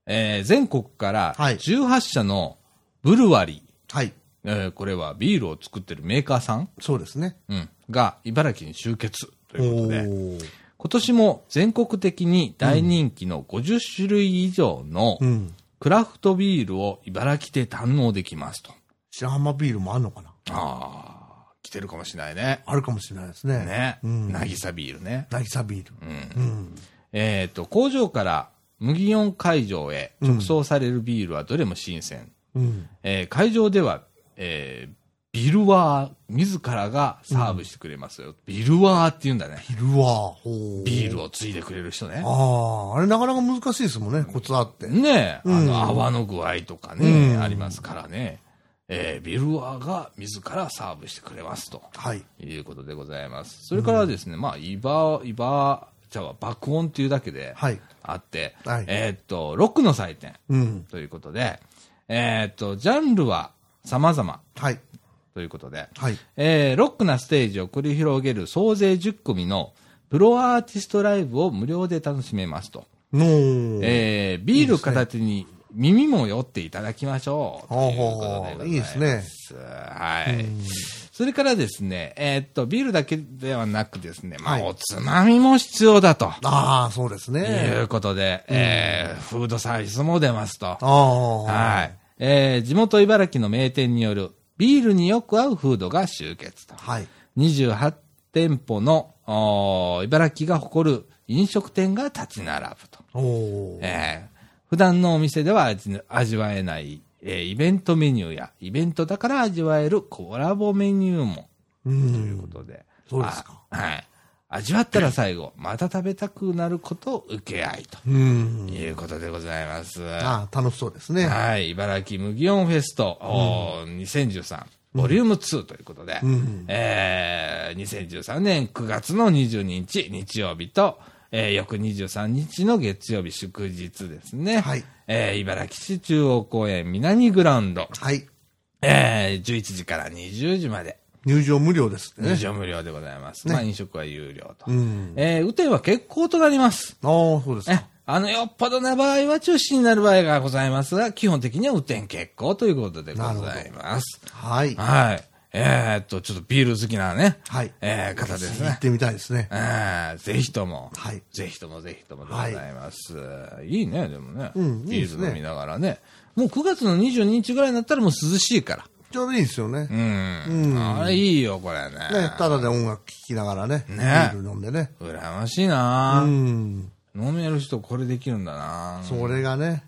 Speaker 1: えー全国から
Speaker 2: はい
Speaker 1: 18社のブルワリー、
Speaker 2: はい。
Speaker 1: えーこれはビールを作ってるメーカーさん、
Speaker 2: そうですね。
Speaker 1: うん、が茨城に集結ということで、
Speaker 2: ー
Speaker 1: 今年も全国的に大人気の50種類以上の
Speaker 2: うん。
Speaker 1: クラフトビールを茨城で堪能できますと。
Speaker 2: 白浜ビールもあんのかな
Speaker 1: ああ、来てるかもしれないね。
Speaker 2: あるかもしれないですね。
Speaker 1: ね。
Speaker 2: うん。
Speaker 1: なぎさビールね。
Speaker 2: 渚ビール。うん。
Speaker 1: えっ、と、工場から麦4会場へ直送されるビールはどれも新鮮。
Speaker 2: うん。
Speaker 1: えー会場では、えービルワー自らがサーブしてくれますよ。ビルワーって言うんだね。
Speaker 2: ビルは、ほう。
Speaker 1: ビールをついでくれる人ね。
Speaker 2: ああ、あれなかなか難しいですもんね、コツあって。
Speaker 1: ねえ、あ
Speaker 2: うん
Speaker 1: の泡の具合とかね、
Speaker 2: うん
Speaker 1: ありますからね。えービルワーが自らサーブしてくれますと
Speaker 2: はい。
Speaker 1: いうことでございます。それからですね、まあ、イバ、イバ、茶は爆音っていうだけで
Speaker 2: はい
Speaker 1: あって、
Speaker 2: はい
Speaker 1: えーっと、ロックの祭典
Speaker 2: うん。
Speaker 1: ということで、えーっと、ジャンルは様々
Speaker 2: はい。
Speaker 1: ということで、
Speaker 2: はい。
Speaker 1: えーロックなステージを繰り広げる総勢10組のプロアーティストライブを無料で楽しめますと。
Speaker 2: のー。
Speaker 1: えービール片手に耳も酔っていただきましょう。
Speaker 2: ほう
Speaker 1: ということ
Speaker 2: ほう
Speaker 1: でござ
Speaker 2: いいですね
Speaker 1: ます。はい。それからですね、えーっと、ビールだけではなくですね、まあ、
Speaker 2: はい
Speaker 1: おつまみも必要だと。
Speaker 2: ああ、そうです
Speaker 1: とい
Speaker 2: ね
Speaker 1: う。ことで、えーフードサービスも出ますと。
Speaker 2: ああ。
Speaker 1: はい。えー地元茨城の名店によるビールによく合うフードが集結と。
Speaker 2: はい。
Speaker 1: 28店舗のおー茨城が誇る飲食店が立ち並ぶと。
Speaker 2: おお。
Speaker 1: えー普段のお店では味味わえない、えーイベントメニューやイベントだから味わえるコラボメニューもと
Speaker 2: う。
Speaker 1: いうんことで。
Speaker 2: そうですか
Speaker 1: あはい。味わったら最後、また食べたくなることを受け合い
Speaker 2: うん
Speaker 1: と。いうことでございます。
Speaker 2: ああ、楽しそうですね。
Speaker 1: はい、茨城麦音フェスト、おー2013、ボリューム2ということで、えー2013年9月の22日日曜日と、えー翌23日の月曜日祝日ですね。
Speaker 2: はい
Speaker 1: えー茨城市中央公園南グラウンド、
Speaker 2: はい。
Speaker 1: えー11時から20時まで。
Speaker 2: 入場無料ですって
Speaker 1: 入
Speaker 2: ね。
Speaker 1: 場無料でございます。まあ飲食は有料と。
Speaker 2: ん
Speaker 1: えー雨天は欠航となります。
Speaker 2: ああ、そうです
Speaker 1: え
Speaker 2: か。
Speaker 1: あの、よっぽどな場合は中止になる場合がございますが、基本的には雨天決行ということでございます。
Speaker 2: はい。
Speaker 1: はい。えー、っと、ちょっとビール好きなね、
Speaker 2: はい
Speaker 1: えー、方です
Speaker 2: 行
Speaker 1: ね
Speaker 2: っ。てみたいですね。
Speaker 1: えー、ぜひとも、
Speaker 2: はい
Speaker 1: ぜひともぜひともでござ
Speaker 2: はい
Speaker 1: います。い、いね、でもね。
Speaker 2: んいい
Speaker 1: ビ
Speaker 2: です
Speaker 1: ー
Speaker 2: ね
Speaker 1: ル飲みながらね。もう9月の22日ぐらいになったらもう涼しいから。
Speaker 2: ちょうどいいですよね。
Speaker 1: う
Speaker 2: ね、
Speaker 1: ん。あれいいよ、これね。
Speaker 2: ただで音楽聴きながらね、ビ
Speaker 1: ね
Speaker 2: ール飲んでね。
Speaker 1: 羨ましいな、
Speaker 2: うん。
Speaker 1: 飲める人これできるんだな
Speaker 2: それがね、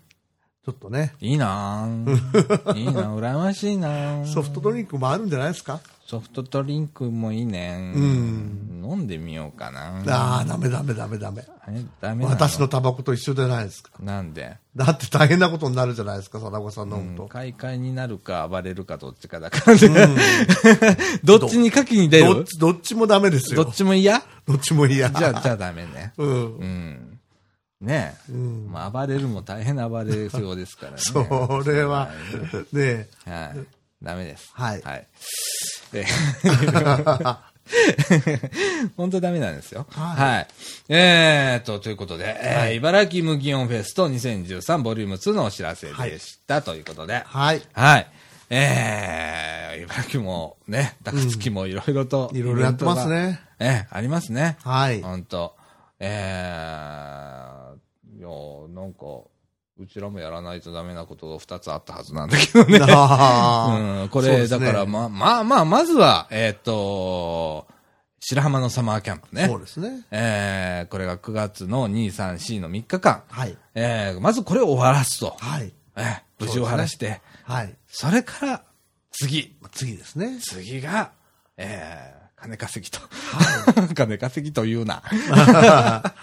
Speaker 2: ちょっとね、
Speaker 1: いいな ぁ。いいなぁ、羨ましいなぁ。
Speaker 2: ソフトドリンクもあるんじゃないですか
Speaker 1: ソフトドリンクもいいね。
Speaker 2: ん
Speaker 1: 飲んでみようかな。
Speaker 2: ああ、ダメダメダメダメ。
Speaker 1: えダメなの
Speaker 2: 私のタバコと一緒じゃないですか。
Speaker 1: なんで
Speaker 2: だって大変なことになるじゃないですか、貞子さん飲むと。
Speaker 1: 買い替えになるか暴れるかどっちかだからね。 どっちにかきに出る
Speaker 2: どっち、どっちもダメです
Speaker 1: ど
Speaker 2: よ。
Speaker 1: っちも嫌
Speaker 2: どっちも嫌。
Speaker 1: じ ゃあ、じゃあダメね。
Speaker 2: うん。
Speaker 1: うん。ねえ。まあ、暴れるも大変な暴れそうですからね。
Speaker 2: それは、 ねえ。
Speaker 1: はい。ダメです。
Speaker 2: はい
Speaker 1: はい。え 本当ダメなんですよ。はい。えーっと、ということで、えー茨城麦音フェスト2013ボリューム2のお知らせでした、ということで。
Speaker 2: はい。
Speaker 1: はい。えー、茨城もね、高槻もいろいろと、
Speaker 2: いろいろやってますね
Speaker 1: イベントが。ええありますね。
Speaker 2: はい
Speaker 1: 本当えー、いやー、なんか、うちらもやらないとダメなことが2つあったはずなんだけど ね。
Speaker 2: あ
Speaker 1: うん、
Speaker 2: ー
Speaker 1: こ
Speaker 2: そうで
Speaker 1: れ、
Speaker 2: す
Speaker 1: だ
Speaker 2: ね
Speaker 1: から、まあ、まあまあ、まずは、えーっ、と、白浜のサマーキャンプね。
Speaker 2: そうですね。
Speaker 1: えー、これが9月の2、3、4の3日間。
Speaker 2: はい。
Speaker 1: えー、まずこれを終わらすと。
Speaker 2: はい。
Speaker 1: えー、無事終わらして、そ,、
Speaker 2: はい。
Speaker 1: れから、次。
Speaker 2: 次ですね。
Speaker 1: 次が、えー、金稼ぎと。 金稼ぎという な。えー
Speaker 2: まあまあまあ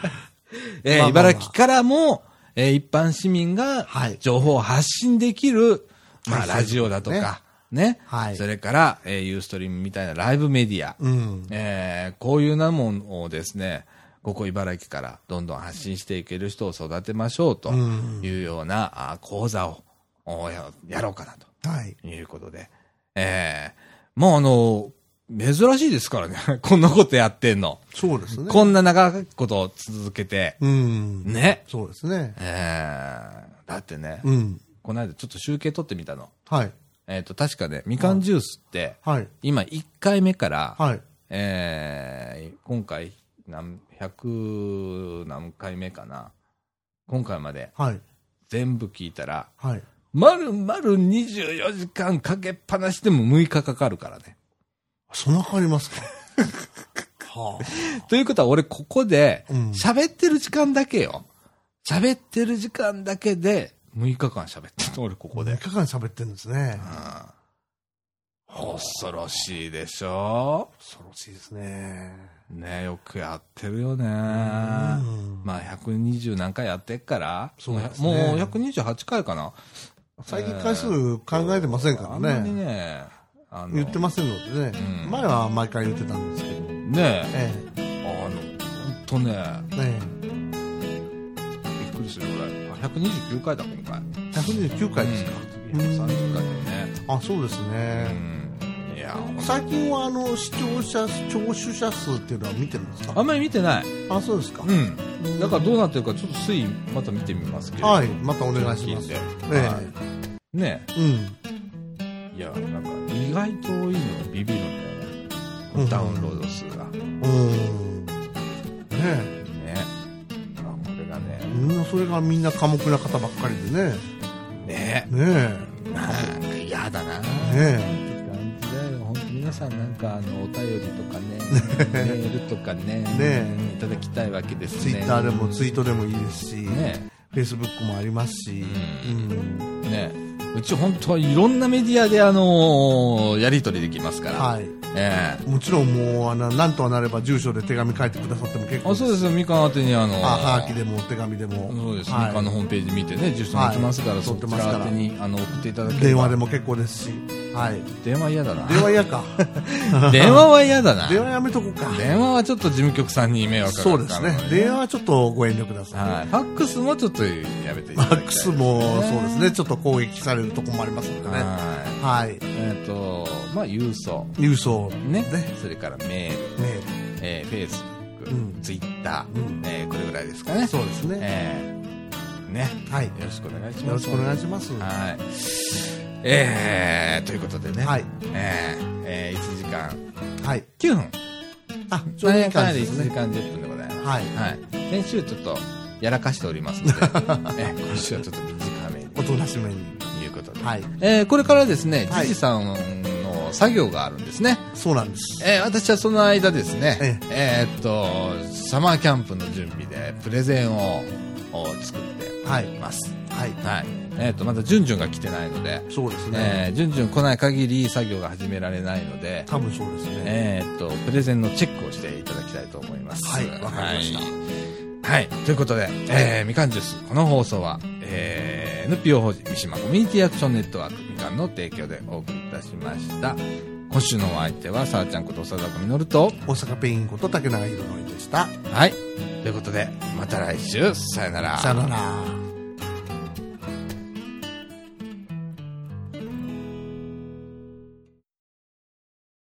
Speaker 1: 茨城からも、えー一般市民が
Speaker 2: はい
Speaker 1: 情報を発信できる、まあ、
Speaker 2: はい
Speaker 1: ラジオだとか、ね。
Speaker 2: はい
Speaker 1: それから、えー、ユーストリームみたいなライブメディア。
Speaker 2: うん。
Speaker 1: えーこういうなもんをですね、ここ茨城からどんどん発信していける人を育てましょうというような、あー講座をおややろうかなと。
Speaker 2: はい。
Speaker 1: ということで。ええもうあの、珍しいですからね。 こんなことやってんの。
Speaker 2: そうですね。
Speaker 1: こんな長いこと続けて。
Speaker 2: うん。
Speaker 1: ね。
Speaker 2: そうですね。
Speaker 1: ええだってね、
Speaker 2: うん。
Speaker 1: この間ちょっと集計取ってみたの。
Speaker 2: はい。
Speaker 1: えっ、と、確かね、みかんジュースって、
Speaker 2: はい。
Speaker 1: 今1回目から、
Speaker 2: はい。
Speaker 1: ええ今回、何、100何回目かな。今回まで
Speaker 2: はい。
Speaker 1: 全部聞いたら、
Speaker 2: はい。
Speaker 1: まるまる24時間かけっぱなしでも6日かかるからね。
Speaker 2: そんな変わりますかは
Speaker 1: ということは、俺ここで
Speaker 2: うん、
Speaker 1: 喋ってる時間だけよ。喋ってる時間だけで、6日間喋ってるの、俺こ
Speaker 2: あ。
Speaker 1: こで。
Speaker 2: 3日間喋ってるんですね。
Speaker 1: 恐ろしいでしょ
Speaker 2: 恐ろしいですね。
Speaker 1: ねよくやってるよね。
Speaker 2: ん
Speaker 1: まあ、120何回やってっから、
Speaker 2: そうです
Speaker 1: も
Speaker 2: ね
Speaker 1: う128回かな。
Speaker 2: 最近回数考えてませんから
Speaker 1: あんまり
Speaker 2: ね。
Speaker 1: ね、あの
Speaker 2: 言ってませんのでね。前は毎回言ってたんですけど。
Speaker 1: ね
Speaker 2: え
Speaker 1: あの、本とね、
Speaker 2: ね
Speaker 1: びっくりするぐらい。あ129回だ、今回。
Speaker 2: え、129回ですか。
Speaker 1: うん、次130回だよね。
Speaker 2: あ、そうですね。
Speaker 1: うん。いや、
Speaker 2: 最近はあの視聴者、聴取者数っていうのは見てるんです
Speaker 1: あ
Speaker 2: か
Speaker 1: んまり見てない。
Speaker 2: あ、そうですか
Speaker 1: う。ん。だからどうなってるか、ちょっと推移、また見てみますけど。。
Speaker 2: はいい、またお願いします。
Speaker 1: え
Speaker 2: え
Speaker 1: えね
Speaker 2: え、うん。
Speaker 1: いや、なんか、意外と多いのがビビるんだよ
Speaker 2: う
Speaker 1: ね。
Speaker 2: ん
Speaker 1: ダウンロード数が。ね。
Speaker 2: うん。ね
Speaker 1: あこれが
Speaker 2: え、
Speaker 1: ね、
Speaker 2: みんなそれがみんな寡黙な方ばっかりでね。
Speaker 1: ね。
Speaker 2: ね
Speaker 1: なんか嫌だな。
Speaker 2: え、ね
Speaker 1: 感じだよ本当皆さんなんかあのお便りとかね メールとかね
Speaker 2: ね
Speaker 1: いただきたいわけで
Speaker 2: え、
Speaker 1: す
Speaker 2: ツイ
Speaker 1: ね
Speaker 2: ッターでもツイートでもいいですし、
Speaker 1: ね
Speaker 2: フェイスブックもありますし、うん。
Speaker 1: ねうち本当はいろんなメディアであのーやり取りできますから、
Speaker 2: はい。
Speaker 1: ええ
Speaker 2: もちろんもう、あの、なんとはなれば住所で手紙書いてくださっても結構
Speaker 1: あそうですよみかん宛てにあのー
Speaker 2: あはがきでもお手紙でも。
Speaker 1: そうです、
Speaker 2: はい
Speaker 1: みかんのホームページ見てね住所も来ますから、
Speaker 2: はい
Speaker 1: そっち
Speaker 2: 載ってます
Speaker 1: ら
Speaker 2: か
Speaker 1: 宛
Speaker 2: ら
Speaker 1: てにあの送っていただければ
Speaker 2: 電話でも結構ですし。はい。
Speaker 1: 電話嫌だな
Speaker 2: 電話嫌か。
Speaker 1: 電話は嫌だな
Speaker 2: 電話やめとこうか。
Speaker 1: 電話はちょっと事務局さんに迷惑が
Speaker 2: そう
Speaker 1: か
Speaker 2: です
Speaker 1: かる
Speaker 2: ね
Speaker 1: の。
Speaker 2: 電話はちょっとご遠慮ください。
Speaker 1: はい、ファックスもちょっとやめてい
Speaker 2: マ
Speaker 1: ただきたい
Speaker 2: ックスもそうですね、ちょっと攻撃されるとこもありますのでね。
Speaker 1: はい
Speaker 2: はい。
Speaker 1: えっ、とまあ郵送
Speaker 2: 郵送。
Speaker 1: ね
Speaker 2: ね
Speaker 1: それからメール、
Speaker 2: ね
Speaker 1: えー、フェイスブック、
Speaker 2: うん
Speaker 1: ツイッター、
Speaker 2: うん
Speaker 1: えーこれぐらいですかね
Speaker 2: そうですね。
Speaker 1: えーね
Speaker 2: はい。
Speaker 1: よろしくお願いします
Speaker 2: よろしくお願いします。
Speaker 1: はいえー、ということでね、
Speaker 2: はい
Speaker 1: えーえー、1時間
Speaker 2: はい。
Speaker 1: 9分
Speaker 2: あ、ちょうどいい感じで
Speaker 1: 1
Speaker 2: す
Speaker 1: 時
Speaker 2: ね。
Speaker 1: 間10分でございます、
Speaker 2: はい。
Speaker 1: はい、先週ちょっとやらかしておりますの で、えー今週はちょっと短めに
Speaker 2: おとなしめに。
Speaker 1: ということで、
Speaker 2: はい。
Speaker 1: えーこれからですね、
Speaker 2: はい
Speaker 1: じじさんの作業があるんですね。
Speaker 2: そうなんです。
Speaker 1: えー私はその間ですね、え
Speaker 2: え
Speaker 1: ーっと、サマーキャンプの準備でプレゼンをを作って
Speaker 2: はい。
Speaker 1: います。
Speaker 2: はい。
Speaker 1: はい。えーっと、まだジュンジュンが来てないので、
Speaker 2: そうですね。
Speaker 1: えー、ジュンジュン来ない限り作業が始められないので、
Speaker 2: 多分そうですね。
Speaker 1: えーっと、プレゼンのチェックをしていただきたいと思います。
Speaker 2: はいわかりました
Speaker 1: はい。ということで、えーみかんジュース、この放送は、えー NPO 法人三島コミュニティアクションネットワークみかんの提供でお送りいたしました。今週のお相手は、さあちゃんことさだかみのると、
Speaker 2: 大阪ペインこと竹永宏典でした。
Speaker 1: はい。ということで、また来週、さよなら。
Speaker 2: さよなら。